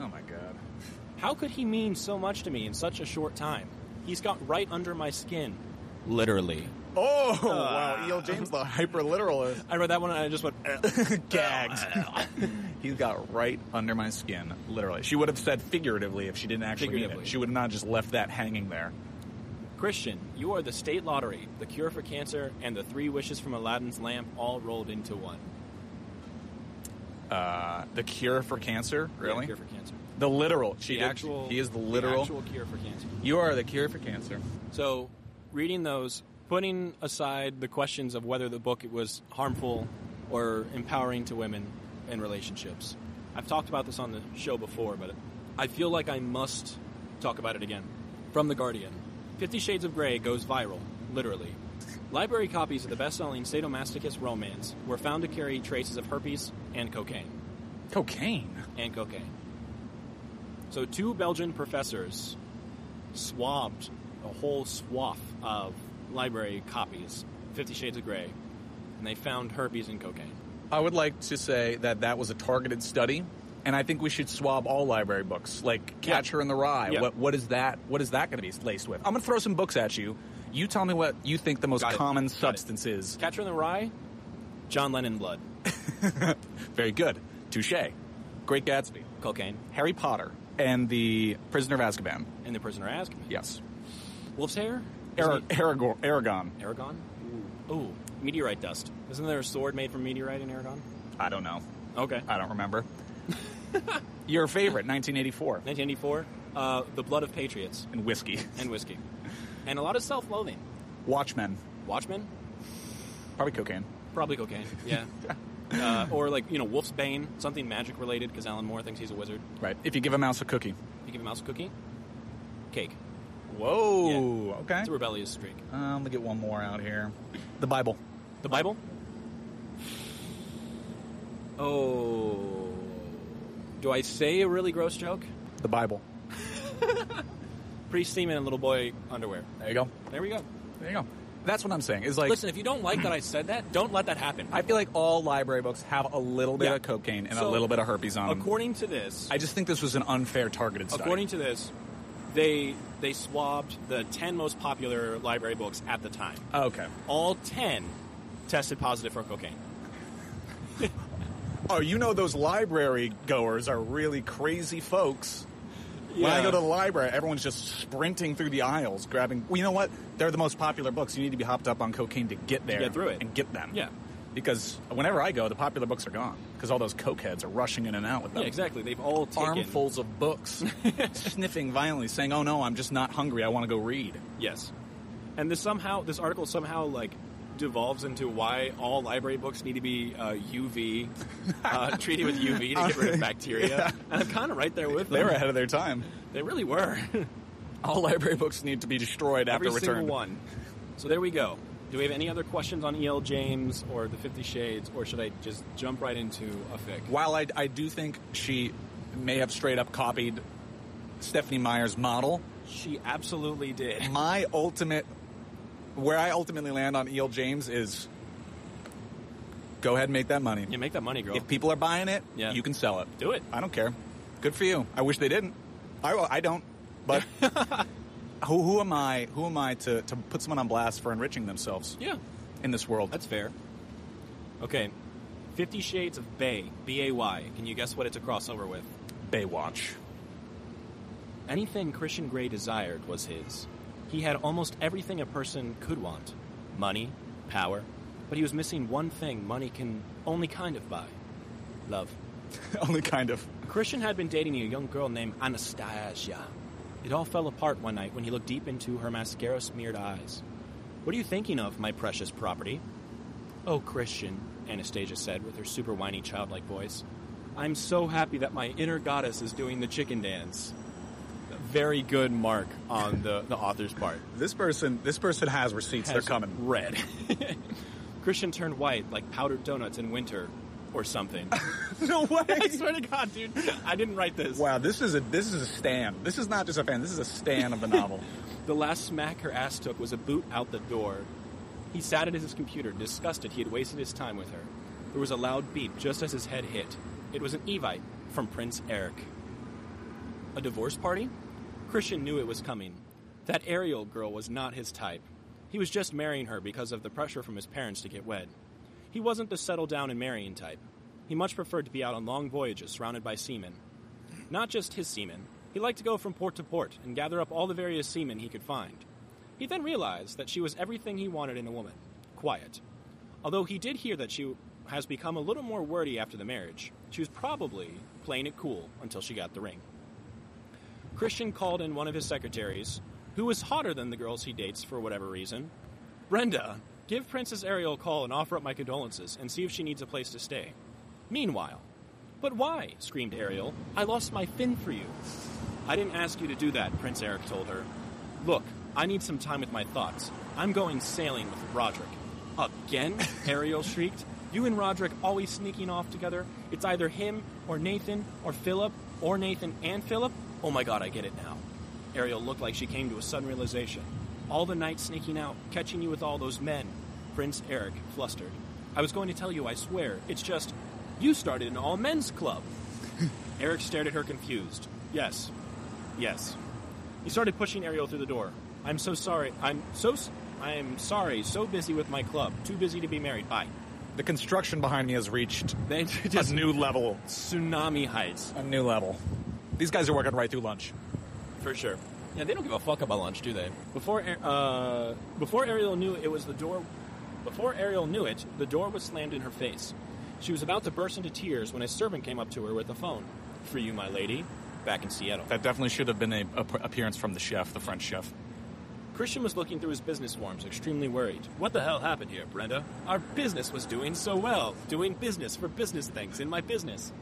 Oh my god. How could he mean so much to me in such a short time? He's got right under my skin. Literally. Oh Uh, wow, E.L. James, the *laughs* hyper literalist, I read that one and I just went, gags. *laughs* he got right under my skin, literally. She would have said figuratively if she didn't actually mean Figuratively. it. She would have not just left that hanging there. Christian, you are the state lottery, the cure for cancer, and the three wishes from Aladdin's lamp all rolled into one. Uh, the cure for cancer, Yeah, really? cure for cancer. the literal. She the did- actual. He is the literal. actual cure for cancer. you are the cure for cancer. So, reading those, putting aside the questions of whether the book was harmful or empowering to women in relationships, I've talked about this on the show before, but I feel like I must talk about it again. From The Guardian Fifty Shades of Grey goes viral, literally. Library copies of the best selling sadomasochist romance were found to carry traces of herpes and cocaine Cocaine. and cocaine. So, two Belgian professors swabbed a whole swath of library copies, Fifty Shades of Grey, and they found herpes and cocaine. I would like to say that that was a targeted study, and I think we should swab all library books, like Catcher in the Rye. Yeah. What what is that? What is that going to be laced with? I'm going to throw some books at you. You tell me what you think the most Got it. common Got it. substance is. Catcher in the Rye, John Lennon blood, Very good, touche. Great Gatsby, cocaine, Harry Potter, and the Prisoner of Azkaban. and the prisoner Azkaban. Yes, Wolf's hair, Ara- Isn't it Aragorn. Aragon. Aragon. Ooh, meteorite dust. Isn't there a sword made from meteorite in Aragon? I don't know. Okay. I *laughs* don't remember. Your favorite, 1984, 1984, uh, the blood of patriots and whiskey. and whiskey, and a lot of self-loathing. Watchmen, Watchmen, probably cocaine. Probably cocaine. *laughs* Yeah. uh, or like you know, Wolf's Bane, something magic related, because Alan Moore thinks he's a wizard. Right. If you give a mouse a cookie. You give a mouse a cookie, cake. Whoa. Okay. It's a rebellious streak. Um, let me get one more out here. The Bible. The Bible. Oh, do I say a really gross joke? The Bible. Priest semen and little boy underwear. There you go. There we go. There you go. That's what I'm saying. Is like Listen, if you don't like that I said that, don't let that happen. I feel like all library books have a little bit Yeah. of cocaine and a So, little bit of herpes on them. according to this, um, I just think this was an unfair targeted study. according to this, they they swabbed the ten most popular library books at the time. okay. all 10 tested positive for cocaine. Oh, you know those library goers are really crazy folks. When I go to the library, everyone's just sprinting through the aisles, grabbing. Well, you know what? They're the most popular books. You need to be hopped up on cocaine to get there, get through it. and get them. Yeah. Because whenever I go, the popular books are gone because all those cokeheads are rushing in and out with them. yeah, exactly. They've all taken. Armfuls *laughs* of books, sniffing violently, saying, "Oh no, I'm just not hungry. I want to go read." Yes. And this somehow, this article somehow like devolves into why all library books need to be uh, UV *laughs* uh, treated with UV to get rid of bacteria. Yeah. And I'm kind of right there with They them. were ahead of their time. They really were. All library books need to be destroyed after Every return. single one. So there we go. Do we have any other questions on E.L. James or the Fifty Shades, or should I just jump right into a fic? While I, I do think she may have straight up copied Stephanie Meyer's model, She absolutely *laughs* did. my ultimate where I ultimately land on E.L. James is go ahead and make that money. You make that money, girl. If people are buying it, Yeah. you can sell it. Do it. I don't care. Good for you. I wish they didn't. I, I don't. *laughs* But who, who am I? Who am I to, to put someone on blast for enriching themselves Yeah. in this world? That's fair. Okay. Fifty Shades of Bay, B A Y. Can you guess what it's a crossover with? Baywatch. Anything Christian Grey desired was his. He had almost everything a person could want money, power, but he was missing one thing money can only kind of buy love. *laughs* Only kind of. Christian had been dating a young girl named Anastasia. It all fell apart one night when he looked deep into her mascara smeared eyes. What are you thinking of, my precious property? Oh, Christian, Anastasia said with her super whiny childlike voice. I'm so happy that my inner goddess is doing the chicken dance. very good mark on the, the author's part. This person, this person has receipts. They're Has coming. Red. Christian turned white like powdered donuts in winter or something. *laughs* no way. *laughs* I swear to God, dude. I didn't write this. Wow, this is a this is a stand. This is not just a fan. This is a stand of *laughs* the novel. The last smack her ass took was a boot out the door. He sat at his computer, disgusted he had wasted his time with her. There was a loud beep just as his head hit. It was an Evite from Prince Eric. A divorce party? Christian knew it was coming. That Ariel girl was not his type. He was just marrying her because of the pressure from his parents to get wed. He wasn't the settle down and marrying type. He much preferred to be out on long voyages surrounded by seamen. Not just his seamen. He liked to go from port to port and gather up all the various seamen he could find. He then realized that she was everything he wanted in a woman quiet. Although he did hear that she has become a little more wordy after the marriage, she was probably playing it cool until she got the ring. Christian called in one of his secretaries, who was hotter than the girls he dates for whatever reason. Brenda, give Princess Ariel a call and offer up my condolences and see if she needs a place to stay. Meanwhile, but why? screamed Ariel. I lost my fin for you. I didn't ask you to do that, Prince Eric told her. Look, I need some time with my thoughts. I'm going sailing with Roderick. Again? *laughs* Ariel shrieked. You and Roderick always sneaking off together. It's either him or Nathan or Philip or Nathan and Philip. Oh my god, I get it now. Ariel looked like she came to a sudden realization. All the night sneaking out, catching you with all those men. Prince Eric flustered. I was going to tell you, I swear. It's just, you started an all men's club. Eric stared at her confused. Yes. Yes. He started pushing Ariel through the door. I'm so sorry. I'm so. s- I'm sorry. So busy with my club. Too busy to be married. Bye. The construction behind me has reached *laughs* Then just a new level. tsunami heights A new level. These guys are working right through lunch. for sure. Yeah, they don't give a fuck about lunch, do they? Before Ar- uh, before Ariel knew it was the door. Before Ariel knew it, the door was slammed in her face. She was about to burst into tears when a servant came up to her with a phone. For you, my lady, back in Seattle. That definitely should have been a, a p- appearance from the chef, the French chef. Christian was looking through his business forms, extremely worried. What the hell happened here, Brenda? Our business was doing so well, doing business for business things in my business.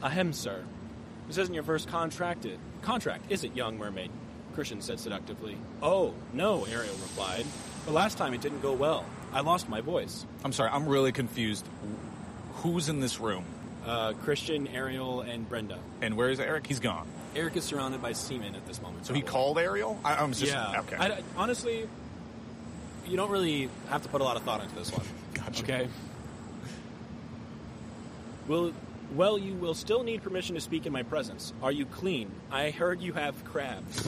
Ahem, sir. This isn't your first contracted contract, is it, young mermaid? Christian said seductively. Oh, no, Ariel replied. But last time it didn't go well. I lost my voice. I'm sorry, I'm really confused. Who's in this room? Uh, Christian, Ariel, and Brenda. And where is Eric? He's gone. Eric is surrounded by seamen at this moment. So he probably. called Ariel? I, I'm just. Yeah. Okay. I, I- honestly, you don't really have to put a lot of thought into this one. Gotcha. Okay. Will, well, you will still need permission to speak in my presence. Are you clean? I heard you have crabs.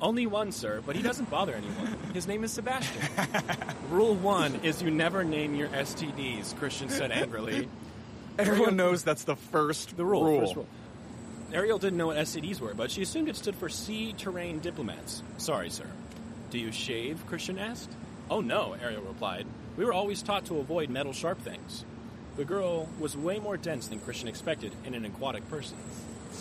Only one, sir, but he doesn't bother anyone. His name is Sebastian. Rule one is you never name your STDs, Christian said angrily. *laughs* Everyone knows that's the first The rule. First rule. Ariel didn't know what STDs were, but she assumed it stood for Sea Terrain Diplomats. Sorry, sir. Do you shave? Christian asked. Oh no, Ariel replied. We were always taught to avoid metal sharp things. The girl was way more dense than Christian expected in an aquatic person.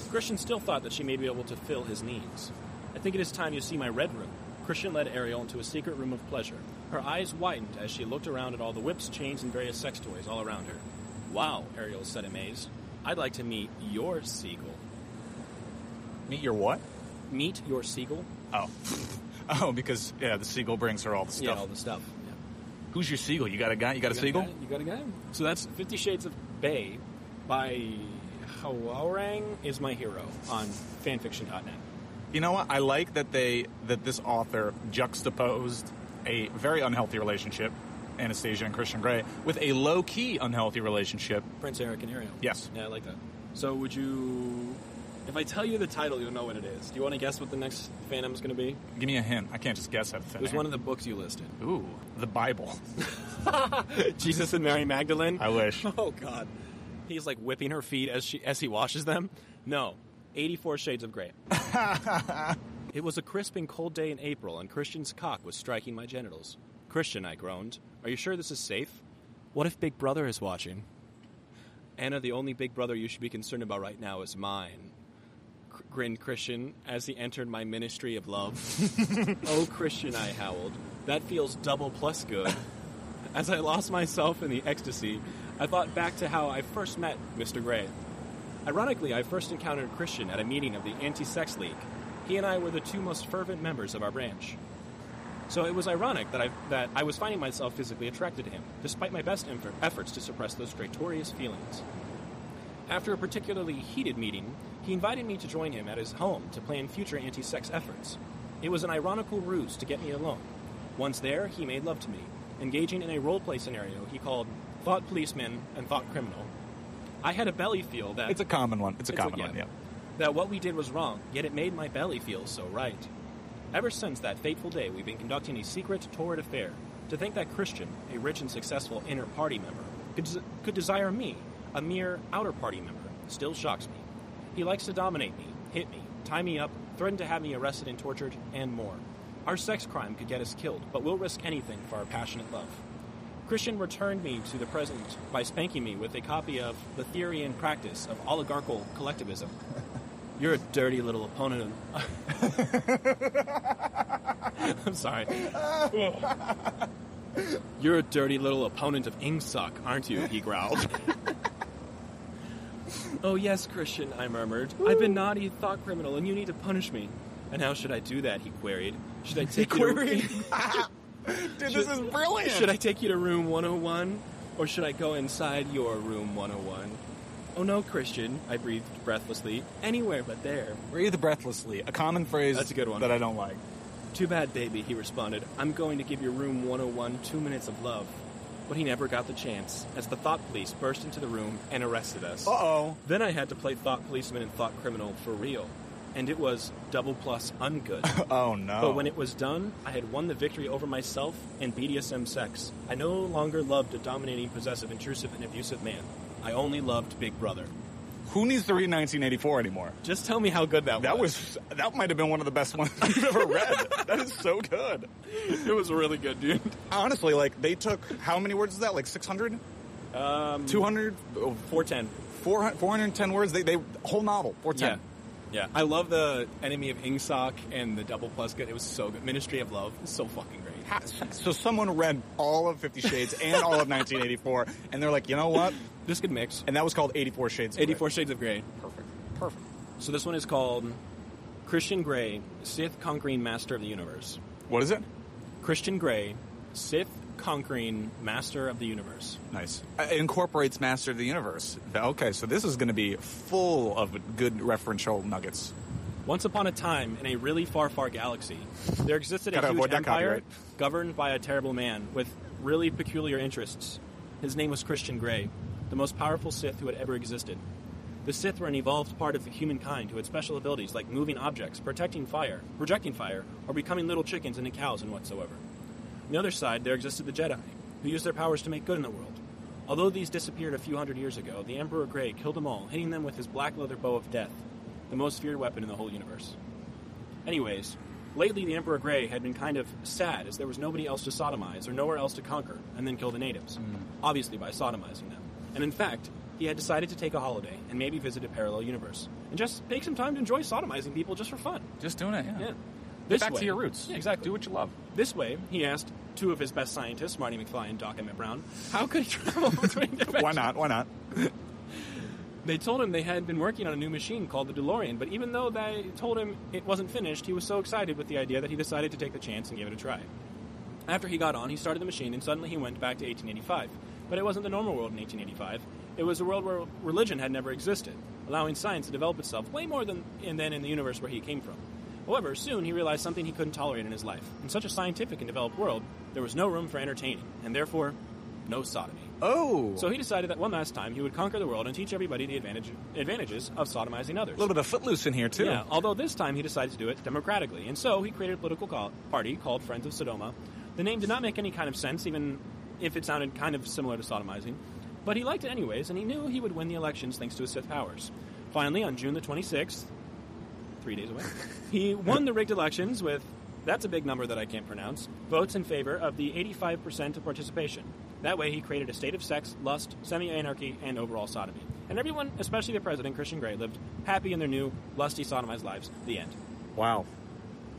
Christian still thought that she may be able to fill his needs. I think it is time you see my red room. Christian led Ariel into a secret room of pleasure. Her eyes widened as she looked around at all the whips, chains, and various sex toys all around her. Wow, Ariel said amazed. I'd like to meet your seagull. Meet your what? Meet your seagull? Oh. Oh, because yeah, the seagull brings her all the Yeah, stuff. all the stuff. Who's your seagull? You got a guy? You got a seagull? You got a guy? So that's Fifty Shades of Bay by Hawarang is my hero on fanfiction.net. You know what? I like that they that this author juxtaposed a very unhealthy relationship, Anastasia and Christian Grey, with a low key unhealthy relationship. Prince Eric and Ariel. Yes. Yeah, I like that. So would you if I tell you the title, you'll know what it is. Do you want to guess what the next Phantom is going to be? Give me a hint. I can't just guess at thin It was air. one of the books you listed. Ooh, the Bible. *laughs* Jesus and Mary Magdalene. *laughs* I wish. Oh God, he's like whipping her feet as she as he washes them. No, eighty four shades of gray. it was a crisp and cold day in April, and Christian's cock was striking my genitals. Christian, I groaned, are you sure this is safe? What if Big Brother is watching? Anna, the only Big Brother you should be concerned about right now is mine. Cr- grinned Christian as he entered my ministry of love. oh, Christian, I howled. That feels double plus good. *laughs* As I lost myself in the ecstasy, I thought back to how I first met Mr. Gray. Ironically, I first encountered Christian at a meeting of the Anti Sex League. He and I were the two most fervent members of our branch. So it was ironic that I, that I was finding myself physically attracted to him, despite my best effort, efforts to suppress those traitorous feelings. After a particularly heated meeting, he invited me to join him at his home to plan future anti sex efforts. It was an ironical ruse to get me alone. Once there, he made love to me, engaging in a role play scenario he called Thought Policeman and Thought Criminal. I had a belly feel that. It's a common one. It's a It's common like, one. Yeah. That what we did was wrong, yet it made my belly feel so right. Ever since that fateful day, we've been conducting a secret, torrid affair. To think that Christian, a rich and successful inner party member, could, des- could desire me, a mere outer party member, still shocks me. He likes to dominate me, hit me, tie me up, threaten to have me arrested and tortured, and more. Our sex crime could get us killed, but we'll risk anything for our passionate love. Christian returned me to the present by spanking me with a copy of The Theory and Practice of Oligarchical Collectivism. *laughs* You're a dirty little opponent of. *laughs* I'm sorry. You're a dirty little opponent of Ingsoc, aren't you? He growled. *laughs* oh, yes, Christian, I murmured. I've been naughty, thought criminal, and you need to punish me. And how should I do that? He queried. Should I take you to- Dude, this is brilliant. should I take you to room 101 or should I go inside your room 101? Oh no, Christian, I breathed breathlessly. Anywhere but there. breathe breathlessly? A common phrase. That's a good one. that I don't like. Too bad, baby, he responded. I'm going to give your room 101 two minutes of love. But he never got the chance, as the thought police burst into the room and arrested us. Uh oh. Then I had to play thought policeman and thought criminal for real. And it was double plus *laughs* ungood. Oh no. But when it was done, I had won the victory over myself and BDSM sex. I no longer loved a dominating, possessive, intrusive, and abusive man. I only loved Big Brother. Who needs to read 1984 anymore? Just tell me how good that, That was that might have been one of the best ones *laughs* I've ever read. that is so good. It was really good, dude. Honestly, like they took how many words is that? Like 600, um, 200, oh, 410. 400, 410 words. They they whole novel 410. Yeah. I love the enemy of Ingsoc and the double plus good. It was so good. Ministry of Love. It's so fucking great. Ha- So someone read all of Fifty Shades and all of 1984, and they're like, you know what? This could mix. And that was called 84 Shades. of Grey. 84 Shades of Grey. Perfect. Perfect. So this one is called Christian Grey, Sith Conquering Master of the Universe. What is it? Christian Grey, Sith Conquering Master of the Universe. Nice. Uh, It incorporates Master of the Universe. Okay, so this is going to be full of good referential nuggets. Once upon a time, in a really far, far galaxy, there existed a Gotta huge avoid that empire copyright. governed by a terrible man with really peculiar interests. His name was Christian Grey, the most powerful Sith who had ever existed. The Sith were an evolved part of the humankind who had special abilities like moving objects, protecting fire, projecting fire, or becoming little chickens into cows and whatsoever. On the other side, there existed the Jedi, who used their powers to make good in the world. Although these disappeared a few hundred years ago, the Emperor Grey killed them all, hitting them with his black leather bow of death, the most feared weapon in the whole universe. Anyways, lately the Emperor Grey had been kind of sad as there was nobody else to sodomize or nowhere else to conquer and then kill the natives, obviously by sodomizing them. And in fact, he had decided to take a holiday and maybe visit a parallel universe and just take some time to enjoy sodomizing people just for fun. Just doing it, Yeah. This back way- to your roots. Yeah, exactly. Do what you love. This way, he asked two of his best scientists, Marty McFly and Doc Emmett Brown, how could he *laughs* travel between dimensions? Why not? Why not? They told him they had been working on a new machine called the DeLorean, but even though they told him it wasn't finished, he was so excited with the idea that he decided to take the chance and give it a try. After he got on, he started the machine, and suddenly he went back to 1885. But it wasn't the normal world in 1885. It was a world where religion had never existed, allowing science to develop itself way more than and then in the universe where he came from. However, soon he realized something he couldn't tolerate in his life. In such a scientific and developed world, there was no room for entertaining, and therefore, no sodomy. Oh, So he decided that one last time he would conquer the world and teach everybody the advantage, advantages of sodomizing others. a little bit of footloose in here too. Yeah, although this time he decided to do it democratically, and so he created a political call, party called Friends of Sodoma. The name did not make any kind of sense, even if it sounded kind of similar to sodomizing, but he liked it anyways, and he knew he would win the elections thanks to his Sith powers. Finally, on June the 26th, three days away, *laughs* he won the rigged elections with that's a big number that I can't pronounce votes in favor of the 85% of participation. That way, he created a state of sex, lust, semi anarchy, and overall sodomy. And everyone, especially the president, Christian Grey, lived happy in their new, lusty, sodomized lives. The end. Wow.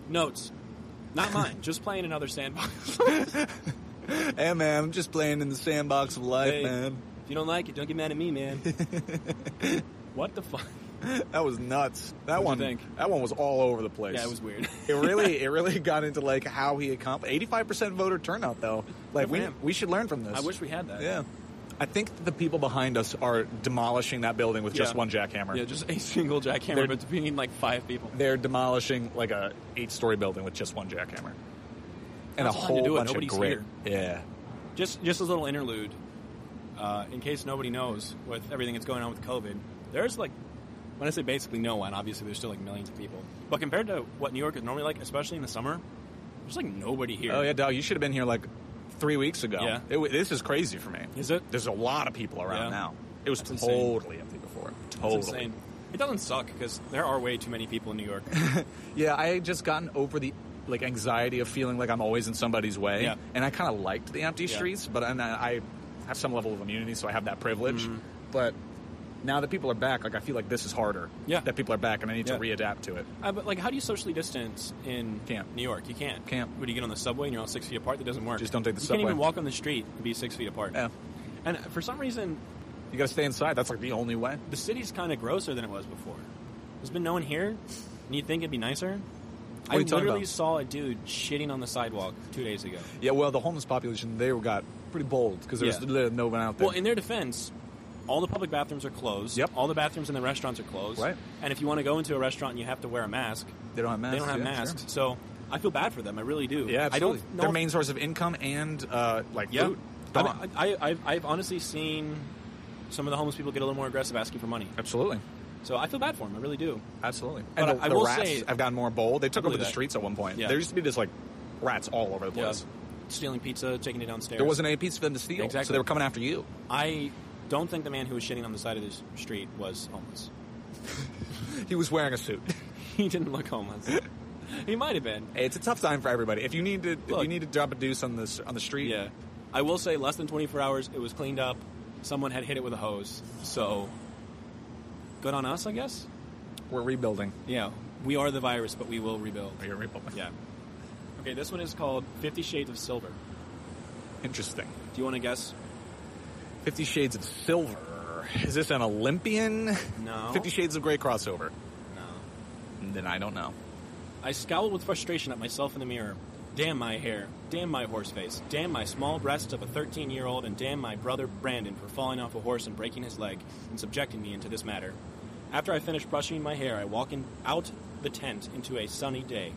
Notes. *laughs* Not mine. just playing another sandbox. Hey man, I'm just playing in the sandbox of life, *laughs* Hey, If you don't like it, don't get mad at me, man. what the fuck? that was nuts. That What'd you one, think? that one was all over the place. Yeah, it was *laughs* weird. it really, it really *laughs* got into like how he accomplished. Eighty-five percent voter turnout, though. Like Good we, for him. we should learn from this. I wish we had that. Yeah, I think the people behind us are demolishing that building with just Yeah. one jackhammer. Yeah, just a single jackhammer They're- between like five people. They're demolishing like a eight-story building with just one jackhammer. And Now's a the time to whole do it. bunch Nobody's of great, here. yeah. Just just a little interlude, uh, in case nobody knows with everything that's going on with COVID. There's like, when I say basically no one, obviously there's still like millions of people, but compared to what New York is normally like, especially in the summer, there's like nobody here. Oh yeah, Dow, you should have been here like three weeks ago. Yeah. It w- this is crazy for me. Is it? There's a lot of people around Yeah. now. It was That's insane. totally empty before. It's Totally. insane. It doesn't suck because there are way too many people in New York. Yeah, I had just gotten over the like anxiety of feeling like I'm always in somebody's way, Yeah. and I kind of liked the empty Yeah. streets, but and I, I have some level of immunity, so I have that privilege. Mm-hmm. But now that people are back, like I feel like this is harder. Yeah. that people are back, and I need Yeah. to readapt to it. uh, but like, how do you socially distance in Can't. New York? You can't. Can't. What do you get on the subway and you're all six feet apart? That doesn't work. Just don't take the you subway. can't even walk on the street and be six feet apart. Yeah. And for some reason, You got to stay inside. That's like the only way. the city's kind of grosser than it was before. There's been no one here, and you'd think it'd be nicer. are I you talking literally about? saw a dude shitting on the sidewalk two days ago. Yeah, well, the homeless population they got pretty bold because there's Yeah. literally no one out there. Well, in their defense, all the public bathrooms are closed. Yep. All the bathrooms in the restaurants are closed. Right. And if you want to go into a restaurant, and you have to wear a mask. They don't have masks, They don't have yeah, masks. So I feel bad for them. I really do. Yeah, absolutely. I don't. know Their if- main source of income and uh, like Yeah. food. I, Gone. mean, I, I, I've, I've honestly seen some of the homeless people get a little more aggressive asking for money. absolutely. So I feel bad for them. I really do. Absolutely. But and the, I- I the will rats say- have gotten more bold. They took over believe the that. streets at one point. Yeah. There used to be just like rats all over the place. Stealing pizza, taking it downstairs. There wasn't any piece for them to steal, so Exactly. they were coming after you. I don't think the man who was shitting on the side of the street was homeless. *laughs* He was wearing a suit. He didn't look homeless. he might have been. Hey, *laughs* it's a tough time for everybody. If you need to, if Look. you need to drop a deuce on this on the street, Yeah. I will say, less than 24 hours, it was cleaned up. Someone had hit it with a hose. So, good on us, I guess? we're rebuilding. Yeah. We are the virus, but we will rebuild. We're rebuilding. Yeah. Okay, this one is called Fifty Shades of Silver. Do Interesting. you want to guess? Fifty Shades of Silver. Is this an Olympian? No. Fifty Shades of Grey *laughs* crossover. No. Then I don't know. I scowled with frustration at myself in the mirror. Damn my hair. Damn my horse face. Damn my small breasts of a 13 year old. And damn my brother Brandon for falling off a horse and breaking his leg and subjecting me into this matter. After I finish brushing my hair, I walk in, out the tent into a sunny day.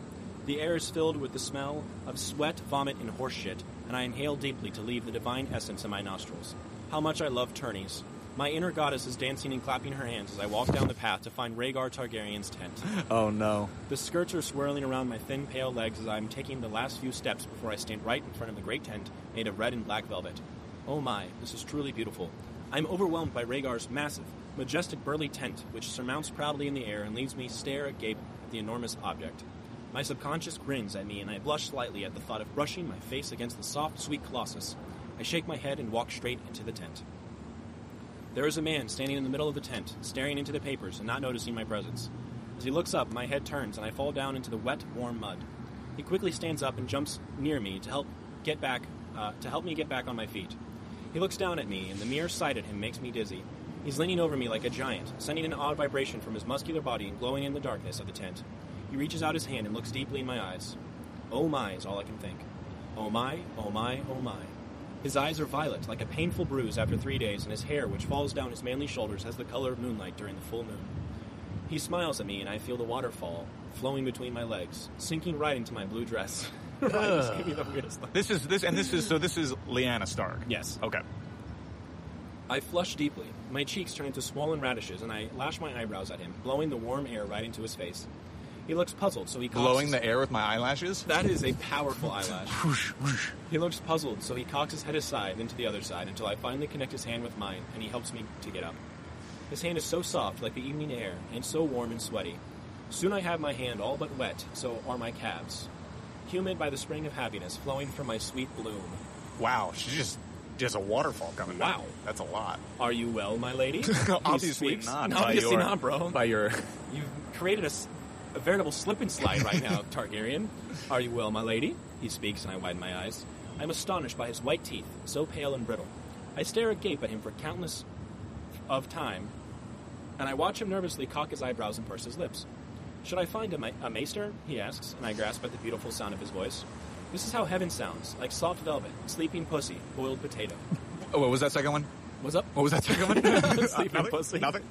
The air is filled with the smell of sweat, vomit, and horse shit, and I inhale deeply to leave the divine essence in my nostrils. How much I love tourneys. My inner goddess is dancing and clapping her hands as I walk down the path to find Rhaegar Targaryen's tent. Oh no. The skirts are swirling around my thin, pale legs as I am taking the last few steps before I stand right in front of the great tent made of red and black velvet. Oh my, this is truly beautiful. I'm overwhelmed by Rhaegar's massive, majestic, burly tent, which surmounts proudly in the air and leaves me stare agape at the enormous object. My subconscious grins at me, and I blush slightly at the thought of brushing my face against the soft, sweet colossus. I shake my head and walk straight into the tent. There is a man standing in the middle of the tent, staring into the papers and not noticing my presence. As he looks up, my head turns and I fall down into the wet, warm mud. He quickly stands up and jumps near me to help get back uh, to help me get back on my feet. He looks down at me, and the mere sight at him makes me dizzy. He's leaning over me like a giant, sending an odd vibration from his muscular body and glowing in the darkness of the tent. He reaches out his hand and looks deeply in my eyes. Oh my is all I can think. Oh my, oh my, oh my. His eyes are violet, like a painful bruise after three days, and his hair, which falls down his manly shoulders, has the color of moonlight during the full moon. He smiles at me, and I feel the waterfall flowing between my legs, sinking right into my blue dress. *laughs* Ryan just gave me the weirdest look. This is this and this is so. This is Lyanna Stark. Yes. Okay. I flush deeply. My cheeks turn into swollen radishes, and I lash my eyebrows at him, blowing the warm air right into his face. He looks puzzled, so he coughs. Blowing the air with my eyelashes. That is a powerful eyelash. He looks puzzled, so he cocks his head aside, then to the other side, until I finally connect his hand with mine, and he helps me to get up. His hand is so soft, like the evening air, and so warm and sweaty. Soon I have my hand all but wet, so are my calves. Humid by the spring of happiness flowing from my sweet bloom. Wow, she's just just a waterfall coming. Wow. down. that's a lot. Are you well, my *laughs* lady? Obviously He squeaks. not. No, by obviously your, not, bro. By your You've created a, s- a veritable slip and slide right now, *laughs* Targaryen. Are you well, my lady? He speaks, and I widen my eyes. I'm astonished by his white teeth, so pale and brittle. I stare agape at him for countless of time and I watch him nervously cock his eyebrows and purse his lips. Should I find a, ma- a maester? He asks, and I grasp at the beautiful sound of his voice. This is how heaven sounds, like soft velvet, sleeping pussy, boiled potato. *laughs* Oh, what was that second one? What's up? What was that second *laughs* one? Sleeping Nothing? pussy. Nothing.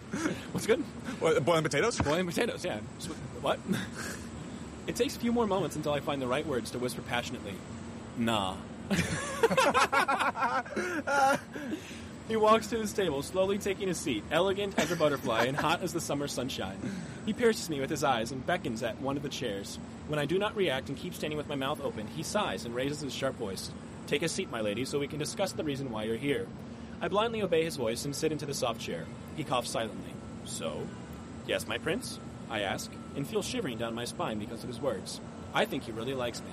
What's good? What, boiling potatoes. Boiling potatoes, yeah. Sw- What? *laughs* it takes a few more moments until I find the right words to whisper passionately. Nah. he walks to his table, slowly taking a seat, elegant as a butterfly and hot as the summer sunshine. He pierces me with his eyes and beckons at one of the chairs. When I do not react and keep standing with my mouth open, he sighs and raises his sharp voice. Take a seat, my lady, so we can discuss the reason why you're here. I blindly obey his voice and sit into the soft chair. He coughs silently. So? Yes, my prince? I ask, and feel shivering down my spine because of his words. I think he really likes me.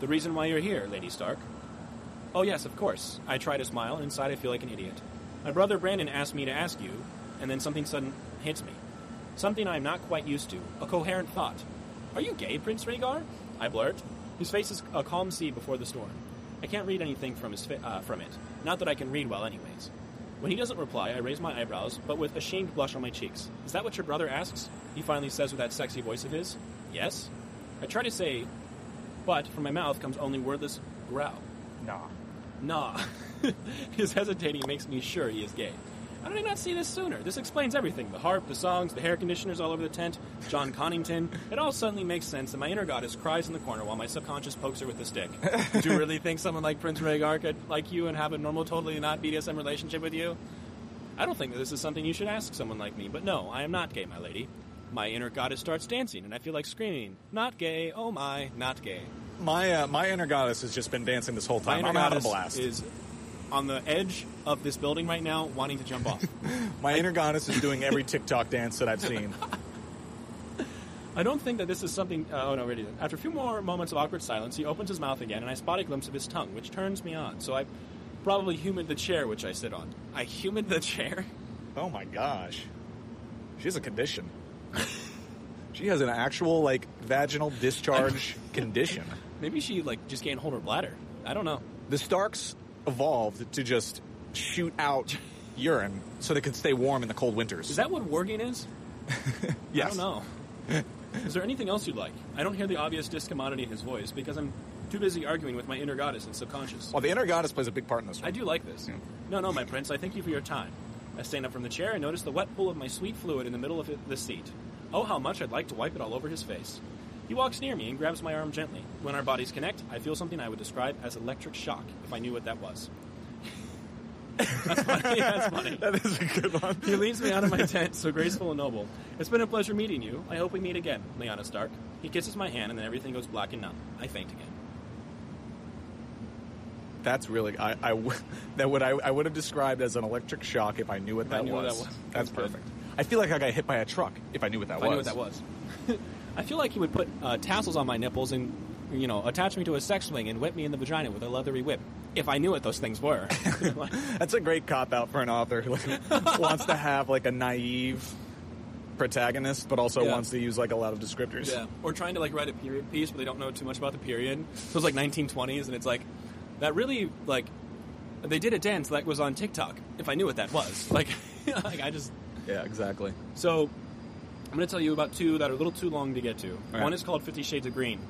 The reason why you're here, Lady Stark. Oh, yes, of course. I try to smile, and inside I feel like an idiot. My brother Brandon asked me to ask you, and then something sudden hits me. Something I am not quite used to, a coherent thought. Are you gay, Prince Rhaegar? I blurt. His face is a calm sea before the storm. I can't read anything from, his fa- uh, from it. Not that I can read well, anyways. When he doesn't reply, I raise my eyebrows, but with a shamed blush on my cheeks. Is that what your brother asks? He finally says with that sexy voice of his. Yes? I try to say, but from my mouth comes only wordless growl. Nah. Nah. *laughs* His hesitating makes me sure he is gay. How did I not see this sooner? This explains everything. The harp, the songs, the hair conditioners all over the tent, John Connington. It all suddenly makes sense, and my inner goddess cries in the corner while my subconscious pokes her with a stick. Do you really think someone like Prince Rhaegar could like you and have a normal, totally not BDSM relationship with you? I don't think that this is something you should ask someone like me, but no, I am not gay, my lady. My inner goddess starts dancing, and I feel like screaming, Not gay, oh my, not gay. My uh, my inner goddess has just been dancing this whole My time. inner I'm having a goddess blast. is on the edge of this building right now, wanting to jump *laughs* off. my inner goddess is *laughs* doing every TikTok dance that I've seen. I don't think that this is something. Uh, oh no, we already did. After a few more moments of awkward silence, he opens his mouth again, and I spot a glimpse of his tongue, which turns me on. So I probably humid the chair which I sit on. I humid the chair. Oh my gosh, she has a condition. She has an actual like vaginal *laughs* discharge condition. Maybe she like just can't hold her bladder. I don't know. The Starks evolved to just shoot out urine so they could stay warm in the cold winters. Is that what warging is? yes. I don't *laughs* know. is there anything else you'd like? I don't hear the obvious discommodity in his voice because I'm too busy arguing with my inner goddess and subconscious. Well, the inner goddess plays a big part in this. I One. do like this. No, no, my prince, I thank you for your time. I stand up from the chair and notice the wet pool of my sweet fluid in the middle of the seat. Oh, how much I'd like to wipe it all over his face. He walks near me and grabs my arm gently. When our bodies connect, I feel something I would describe as electric shock if I knew what that was. that's funny. That's *laughs* funny. that is a good one. He leads me out of my tent, so graceful and noble. It's been a pleasure meeting you. I hope we meet again, Lyanna Stark. He kisses my hand, and then everything goes black and numb. I faint again. That's really I, I w- *laughs* that would I, I would have described as an electric shock if I knew what, If I that, knew what was. that was. That's That's good. perfect. I feel like I got hit by a truck if I knew what that If was. I knew what that was. *laughs* I feel like he would put uh, tassels on my nipples and, you know, attach me to a sex swing and whip me in the vagina with a leathery whip. If I knew what those things were. That's a great cop out for an author who *laughs* like, wants to have like a naive protagonist, but also Yeah. wants to use like a lot of *laughs* descriptors. yeah. Or trying to, like, write a period piece, but they don't know too much about the period. So it's like 1920s, and it's like, that really, like, they did a dance that was on TikTok. If I knew what that was. *laughs* Like, like I just. Yeah, exactly. So, I'm going to tell you about two that are a little too long to get to. right. One is called Fifty Shades of Green.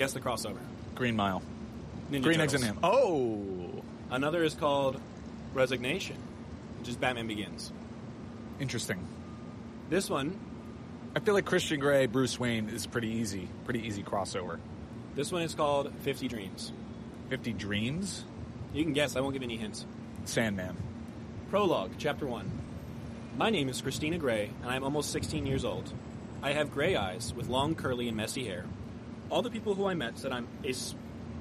Guess the crossover. Green Mile, Ninja Green Turtles. Eggs and Ham. Oh, Another is called Resignation, which is Batman Begins. interesting. This one, I feel like Christian Grey, Bruce Wayne is pretty easy, pretty easy crossover. this one is called Fifty Dreams. Fifty Dreams, You can guess. I won't give any hints. Sandman. Prologue, Chapter One. My name is Christina Gray, and I'm almost 16 years old. I have gray eyes with long, curly, and messy hair. All the people who I met said I'm a s-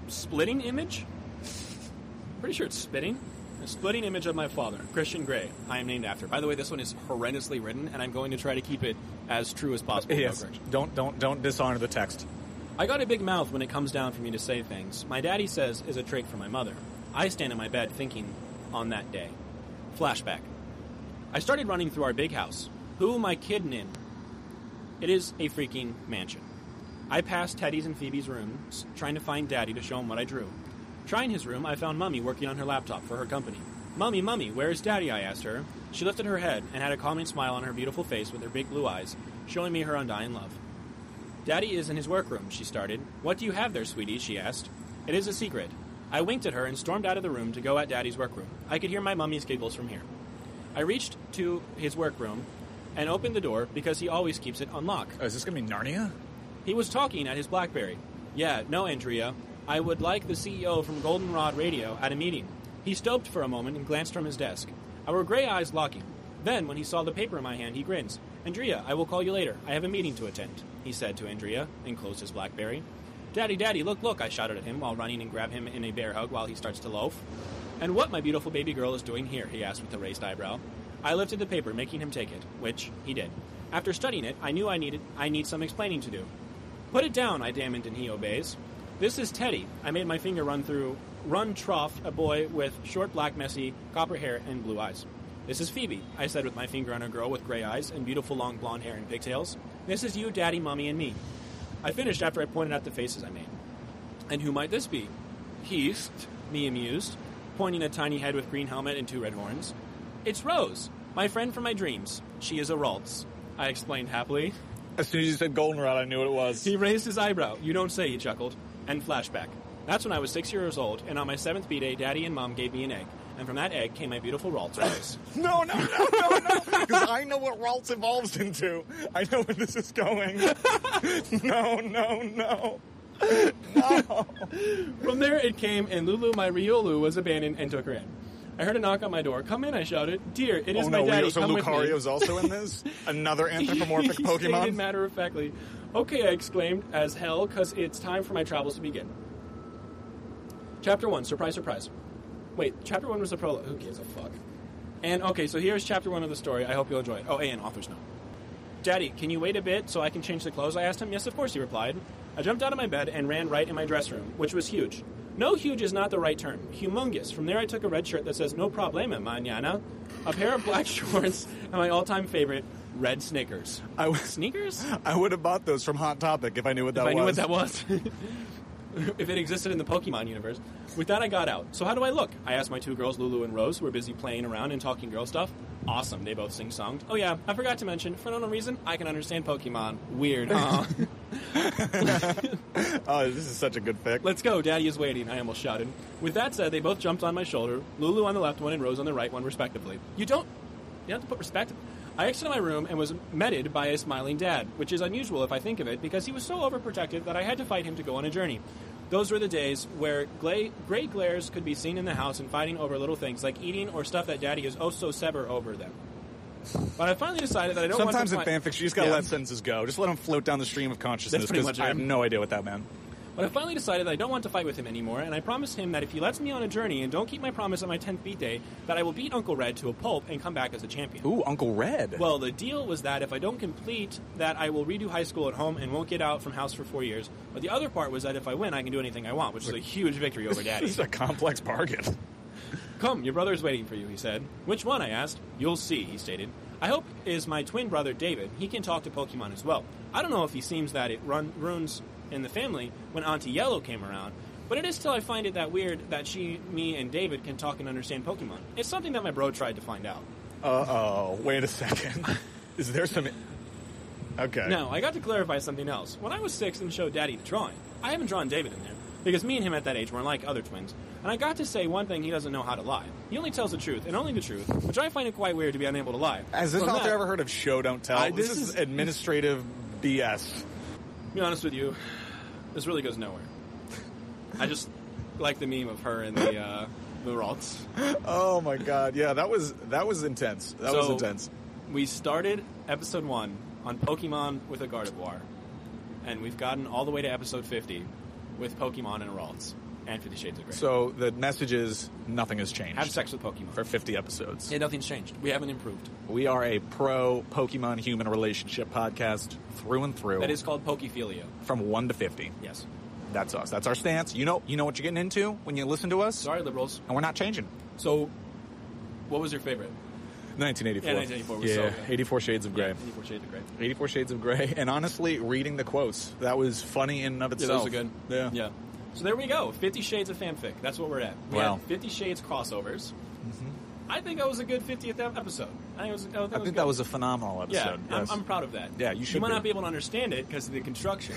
splitting image. Pretty sure it's spitting. A splitting image of my father, Christian Gray. I am named after. By the way, this one is horrendously written, and I'm going to try to keep it as true as possible. No Yes, correction. don't don't don't dishonor the text. I got a big mouth when it comes down for me to say things. My daddy says is a trait for my mother. I stand in my bed thinking on that day. Flashback. I started running through our big house. Who am I kidding in? It is a freaking mansion. I passed Teddy's and Phoebe's rooms, trying to find Daddy to show him what I drew. Trying his room, I found Mummy working on her laptop for her company. Mummy, Mummy, where's Daddy? I asked her. She lifted her head and had a calming smile on her beautiful face with her big blue eyes, showing me her undying love. Daddy is in his workroom, she started. What do you have there, sweetie? she asked. It is a secret. I winked at her and stormed out of the room to go at Daddy's workroom. I could hear my mummy's giggles from here. I reached to his workroom and opened the door because he always keeps it unlocked. Oh, is this gonna be Narnia? He was talking at his Blackberry. Yeah, no, Andrea. I would like the CEO from Goldenrod Radio at a meeting. He stopped for a moment and glanced from his desk. Our gray eyes locking. Then, when he saw the paper in my hand, he grins. Andrea, I will call you later. I have a meeting to attend, he said to Andrea and closed his Blackberry. Daddy, Daddy, look, look, I shouted at him while running and grabbed him in a bear hug while he starts to loaf. And what my beautiful baby girl is doing here, he asked with a raised eyebrow. I lifted the paper, making him take it, which he did. After studying it, I knew I needed I need some explaining to do. Put it down, I damned, and he obeys. This is Teddy. I made my finger run through run trough a boy with short black messy copper hair and blue eyes. This is Phoebe, I said with my finger on a girl with gray eyes and beautiful long blonde hair and pigtails. This is you, Daddy, Mommy, and me. I finished after I pointed out the faces I made. And who might this be? Heist, me amused, pointing a tiny head with green helmet and two red horns. It's Rose, my friend from my dreams. She is a Ralts, I explained happily. As soon as you said Goldenrod, I knew what it was. He raised his eyebrow. You don't say, he chuckled. And flashback. That's when I was six years old, and on my seventh B day, Daddy and Mom gave me an egg. And from that egg came my beautiful Rolls Royce. *laughs* No, no, no, no, no. *laughs* Because I know what Ralts evolves into. I know where this is going. *laughs* no, no, no. From there it came, and Lulu, my Riolu, was abandoned and took her in. I heard a knock on my door. Come in, I shouted. Dear, it is oh my no, daddy. we, so Come with me." Lucario's also *laughs* in this? Another anthropomorphic He Pokemon? stated matter of factly. Okay, I exclaimed as hell, because it's time for my travels to begin. Chapter 1, surprise, surprise. Wait, chapter 1 was the prologue. Who gives a fuck? And okay, so here's chapter 1 of the story. I hope you'll enjoy it. Oh, and author's note. Daddy, can you wait a bit so I can change the clothes? I asked him. Yes, of course, he replied. I jumped out of my bed and ran right in my dress room, which was huge. No, huge is not the right term. Humongous. From there, I took a red shirt that says "No problema, mañana," a pair of black *laughs* shorts, and my all-time favorite, red Snickers. I w- Sneakers? I would have bought those from Hot Topic if I knew what if that I was. knew what that was. *laughs* if it existed in the Pokemon universe. With that, I got out. So how do I look? I asked my two girls, Lulu and Rose, who were busy playing around and talking girl stuff. Awesome. They both sing songed. Oh yeah, I forgot to mention, for no known reason, I can understand Pokemon. Weird, *laughs* huh? Oh, this is such a good pick. Let's go, Daddy is waiting, I almost shouted. With that said, they both jumped on my shoulder, Lulu on the left one and Rose on the right one, respectively. You don't. You have to put respect. I exited my room and was meted by a smiling dad, which is unusual if I think of it, because he was so overprotective that I had to fight him to go on a journey. Those were the days where gla- gray glares could be seen in the house and fighting over little things like eating or stuff that Daddy is oh so sever over them. But I finally decided that I don't Sometimes in want to fight- fanfics, you just gotta Yeah. let sentences go. Just let them float down the stream of consciousness. pretty 'cause much it. I have no idea what that meant. But I finally decided that I don't want to fight with him anymore, and I promised him that if he lets me on a journey and don't keep my promise on my 10th beat day, that I will beat Uncle Red to a pulp and come back as a champion. Ooh, Uncle Red. Well, the deal was that if I don't complete that, I will redo high school at home and won't get out from house for four years. But the other part was that if I win, I can do anything I want, which is a huge victory over Daddy. this is a complex bargain. Come, your brother is waiting for you, he said. Which one? I asked. You'll see, he stated. I hope is my twin brother David. He can talk to Pokemon as well. I don't know if he seems that it run runes in the family when Auntie Yellow came around, but it is till I find it that weird that she, me, and David can talk and understand Pokemon. It's something that my bro tried to find out. Uh oh. Wait a second. *laughs* Is there some? Okay. Now, I got to clarify something else. When I was six and showed Daddy the drawing, I haven't drawn David in there because me and him at that age weren't like other twins. And I got to say one thing he doesn't know how to lie. He only tells the truth and only the truth, which I find it quite weird to be unable to lie. Has this From author that- ever heard of show don't tell? I- this, this is, is- administrative BS. To be honest with you, this really goes nowhere. I just like the meme of her and the uh, the Ralts. Oh my god. Yeah, that was that was intense. That was So, intense. We started episode one on Pokemon with a Gardevoir, and we've gotten all the way to episode fifty with Pokemon and Ralts and Fifty Shades of Grey. So the message is nothing has changed. have sex with Pokemon. for 50 episodes. Yeah, nothing's changed. We haven't improved. We are a pro Pokemon human relationship podcast through and through. That is called Pokephilia. from 1 to 50. Yes. That's us. That's our stance. You know you know what you're getting into when you listen to us. Sorry, liberals. And we're not changing. So, what was your favorite? 1984. Yeah, 1984 was so good. 84 Shades of Grey. Any four shades of gray. 84 Shades of Grey. And honestly, reading the quotes, that was funny in and of Yeah, itself. those are good. Yeah. Yeah. So there we go. Fifty Shades of fanfic. That's what we're at. We Wow. Mm-hmm. had Fifty Shades crossovers. I think that was a good 50th ep- episode. I think it was. I think, it I was think good. that was a phenomenal Yeah, episode. I'm, yes. I'm proud of that. Yeah, you You should might be. not be able to understand it because of the *laughs* construction,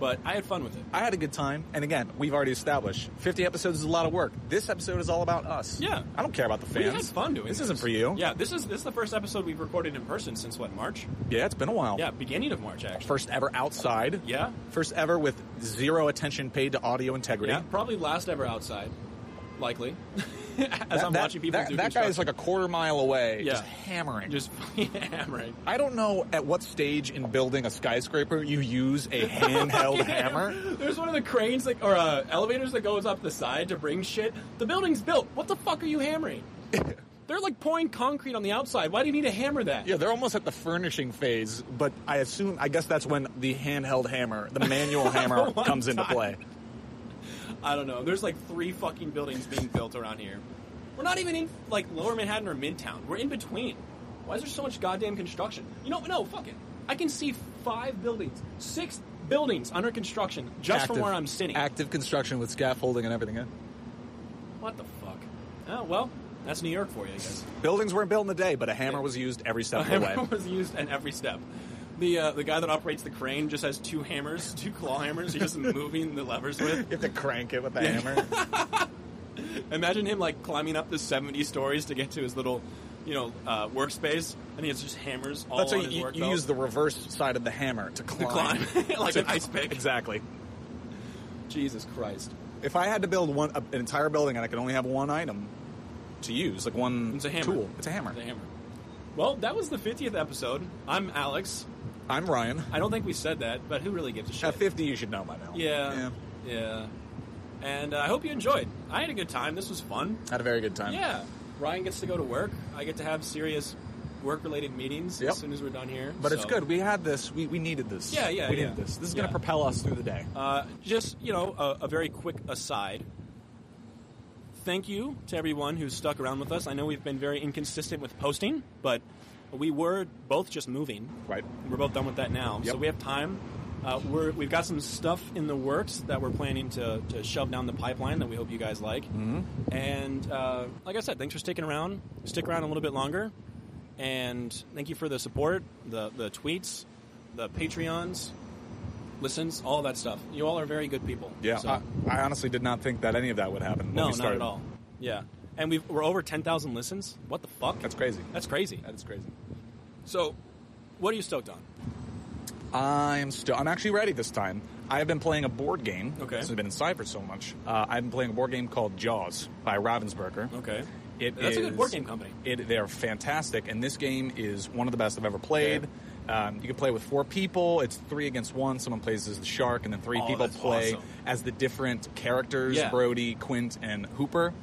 but I had fun with it. I had a good time, and again, we've already established 50 episodes is a lot of work. This episode is all about us. Yeah. I don't care about the fans. We had fun doing this. this. isn't for you. Yeah, this is this is the first episode we've recorded in person since what March? Yeah, it's been a while. Yeah, beginning of March actually. First ever outside. Yeah. First ever with zero attention paid to audio integrity. Yeah, probably last ever outside, likely. *laughs* As That- I'm that- watching people that, do that guy is construction. like a quarter mile away, Yeah. just *laughs* hammering. just hammering. I don't know at what stage in building a skyscraper you use a *laughs* handheld hammer. There's one of the cranes that, or uh, elevators that goes up the side to bring shit. The building's built. What the fuck are you *laughs* hammering? They're like pouring concrete on the outside. Why do you need to hammer that? Yeah, they're almost at the furnishing phase, but I assume, I guess that's when the handheld hammer, the *laughs* manual hammer, one comes into time. play. I don't know. There's like three fucking buildings being built around here. We're not even in like Lower Manhattan or Midtown. We're in between. Why is there so much goddamn construction? You know, no, fuck it. I can see five buildings, six buildings under construction just from Active- where I'm sitting. Active construction with scaffolding and everything. eh? What the fuck? Oh well, that's New York for you, I guess. Buildings weren't built in a day, but a hammer was used every step of the way. Hammer was used at every step. The uh, the guy that operates the crane just has two hammers, *laughs* two claw hammers. He's just moving the levers with. You have to crank it with the hammer. Imagine him like climbing up the seventy stories to get to his little, you know, uh, workspace, and he has just hammers all That's on how his you, work you belt. use the reverse side of the hammer to climb. climb, *laughs* like To- an ice pick. Exactly. Jesus Christ! If I had to build one an entire building and I could only have one item to use, like one It's a hammer. tool, it's a hammer. The hammer. Well, that was the fiftieth episode. I'm Alex. I'm Ryan. I don't think we said that, but who really gives a shit? At 50, you should know by now. Yeah, yeah. And uh, I hope you enjoyed. I had a good time. This was fun. Had a very good time. Yeah. Ryan gets to go to work. I get to have serious work-related meetings Yep. as soon as we're done here. But it's so- good. We had this. We, we needed this. Yeah, yeah, We yeah. needed this. This is Yeah. going to propel us through the day. Uh, just you know, a, a very quick aside. Thank you to everyone who's stuck around with us. I know we've been very inconsistent with posting, but we were both just moving. Right. We're both done with that now, Yep. so we have time. Uh, we're, we've got some stuff in the works that we're planning to, to shove down the pipeline that we hope you guys like. Mm-hmm. And uh, like I said, thanks for sticking around. Stick around a little bit longer. And thank you for the support, the, the tweets, the Patreons, listens, all that stuff. You all are very good people. Yeah. So- I, I honestly did not think that any of that would happen. when no, we not started. at all. Yeah. And we've, we're over 10,000 listens. What the fuck? That's crazy. That's crazy. That is crazy. So, what are you stoked on? I'm still. I'm actually ready this time. I have been playing a board game. Okay. Since I've been inside for so much, uh, I've been playing a board game called Jaws by Ravensburger. Okay. It That's a good is- board game company. It, they are fantastic, and this game is one of the best I've ever played. Um, you can play with four people. It's three against one. Someone plays as the shark, and then three Oh, people that's play awesome. as the different characters: Yeah. Brody, Quint, and Hooper.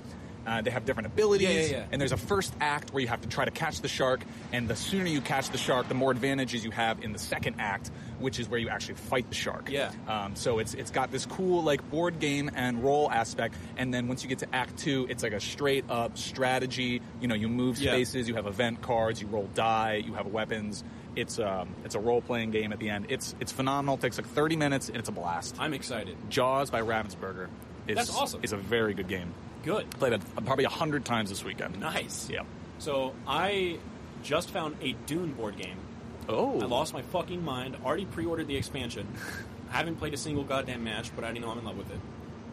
Uh, they have different abilities, yeah. and there's a first act where you have to try to catch the shark. And the sooner you catch the shark, the more advantages you have in the second act, which is where you actually fight the shark. Yeah. Um, so it's it's got this cool like board game and role aspect, and then once you get to Act Two, it's like a straight up strategy. You know, you move Yeah. spaces, you have event cards, you roll die, you have weapons. It's um, it's a role playing game at the end. It's it's phenomenal. It takes like thirty minutes, and it's a blast. I'm excited. Jaws by Ravensburger. Is, That's awesome. Is a very good game. Good. Played it uh, probably a hundred times this weekend. Nice. Yeah. So, I just found a Dune board game. Oh, I lost my fucking mind. Already pre-ordered the expansion. Haven't played a single goddamn match, but I already know I'm in love with it.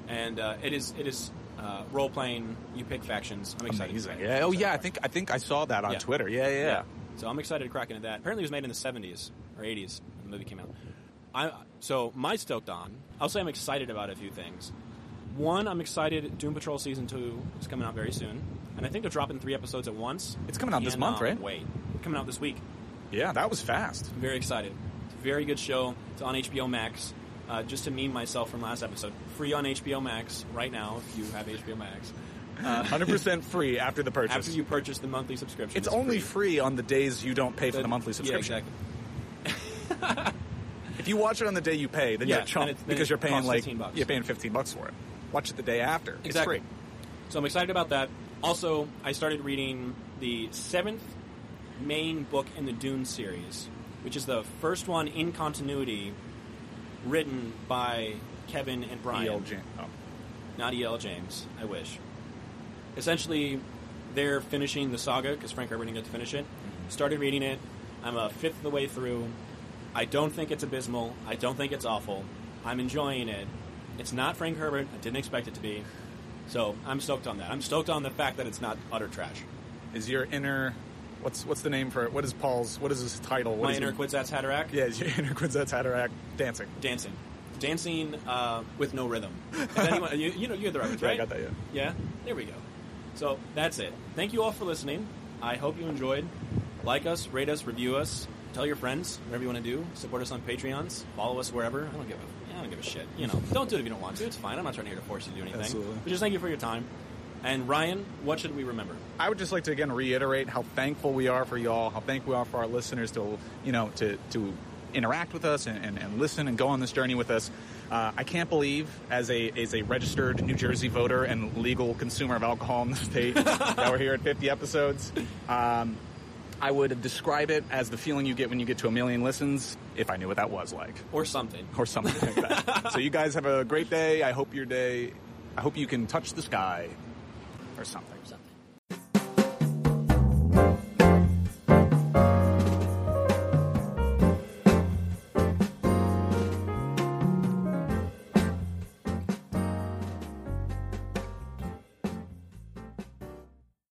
And uh, it is it is uh, role playing. You pick factions. I'm excited. Amazing. Yeah. Oh yeah. I think I think I saw that on Yeah. Twitter. Yeah. Yeah. yeah. So I'm excited to crack into that. Apparently, it was made in the 70s or 80s when the movie came out. I so my stoked on. I'll say I'm excited about a few things. One, I'm excited. Doom Patrol season two is coming out very soon, and I think they're dropping three episodes at once. It's coming out this month, Cannot right? Wait, coming out this week. Yeah, That *laughs* was fast. I'm very excited. It's a very good show. It's on HBO Max. Uh, just to meme myself from last episode, free on HBO Max right now if you have HBO Max. Hundred percent free after the purchase. After you purchase the monthly subscription, It's only free. on the days you don't pay for the, The- monthly yeah, subscription. exactly. If you watch it on the day you pay, then Yeah, you're a chump then it's- then because it you're paying costs like 15 bucks. you're paying fifteen bucks for it. Watch it the day after. Exactly. It's free. So I'm excited about that. Also, I started reading the seventh main book in the Dune series, which is the first one in continuity written by Kevin and E Brian. E.L. Jam- oh. E Not E.L. James, I wish. Essentially, they're finishing the saga because Frank Herbert didn't get to finish it. Mm-hmm. Started reading it. I'm a fifth of the way through. I don't think it's abysmal. I don't think it's awful. I'm enjoying it. It's not Frank Herbert. I didn't expect it to be. So I'm stoked on that. I'm stoked on the fact that it's not utter trash. Is your inner what's what's the name for it? What is Paul's? What is his title? What My is inner he- Kwisatz Haderach Yeah, is your *laughs* inner Quinzet's Haderach dancing. dancing, dancing uh, with no rhythm. If anyone- you, you know, you had the reference, *laughs* Yeah, I right? got that, yeah. there we go. So that's it. Thank you all for listening. I hope you enjoyed. Like us, rate us, review us, tell your friends, whatever you want to do. Support us on Patreons. Follow us wherever. I don't give a, I don't give a shit. You know, don't do it if you don't want to. It's fine. I'm not trying here to force you to do anything. Absolutely. But just thank you for your time. And Ryan, what should we remember? I would just like to again reiterate how thankful we are for y'all, how thankful we are for our listeners to you know to to interact with us and, and, and listen and go on this journey with us. Uh, I can't believe, as a as a registered New Jersey voter and legal consumer of alcohol in the state, that we're here at 50 episodes. Um, I would describe it as the feeling you get when you get to a million listens, if I knew what that was like Or something. or something like that. so you guys have a great day. I hope your day. I hope you can touch the sky, or something. something.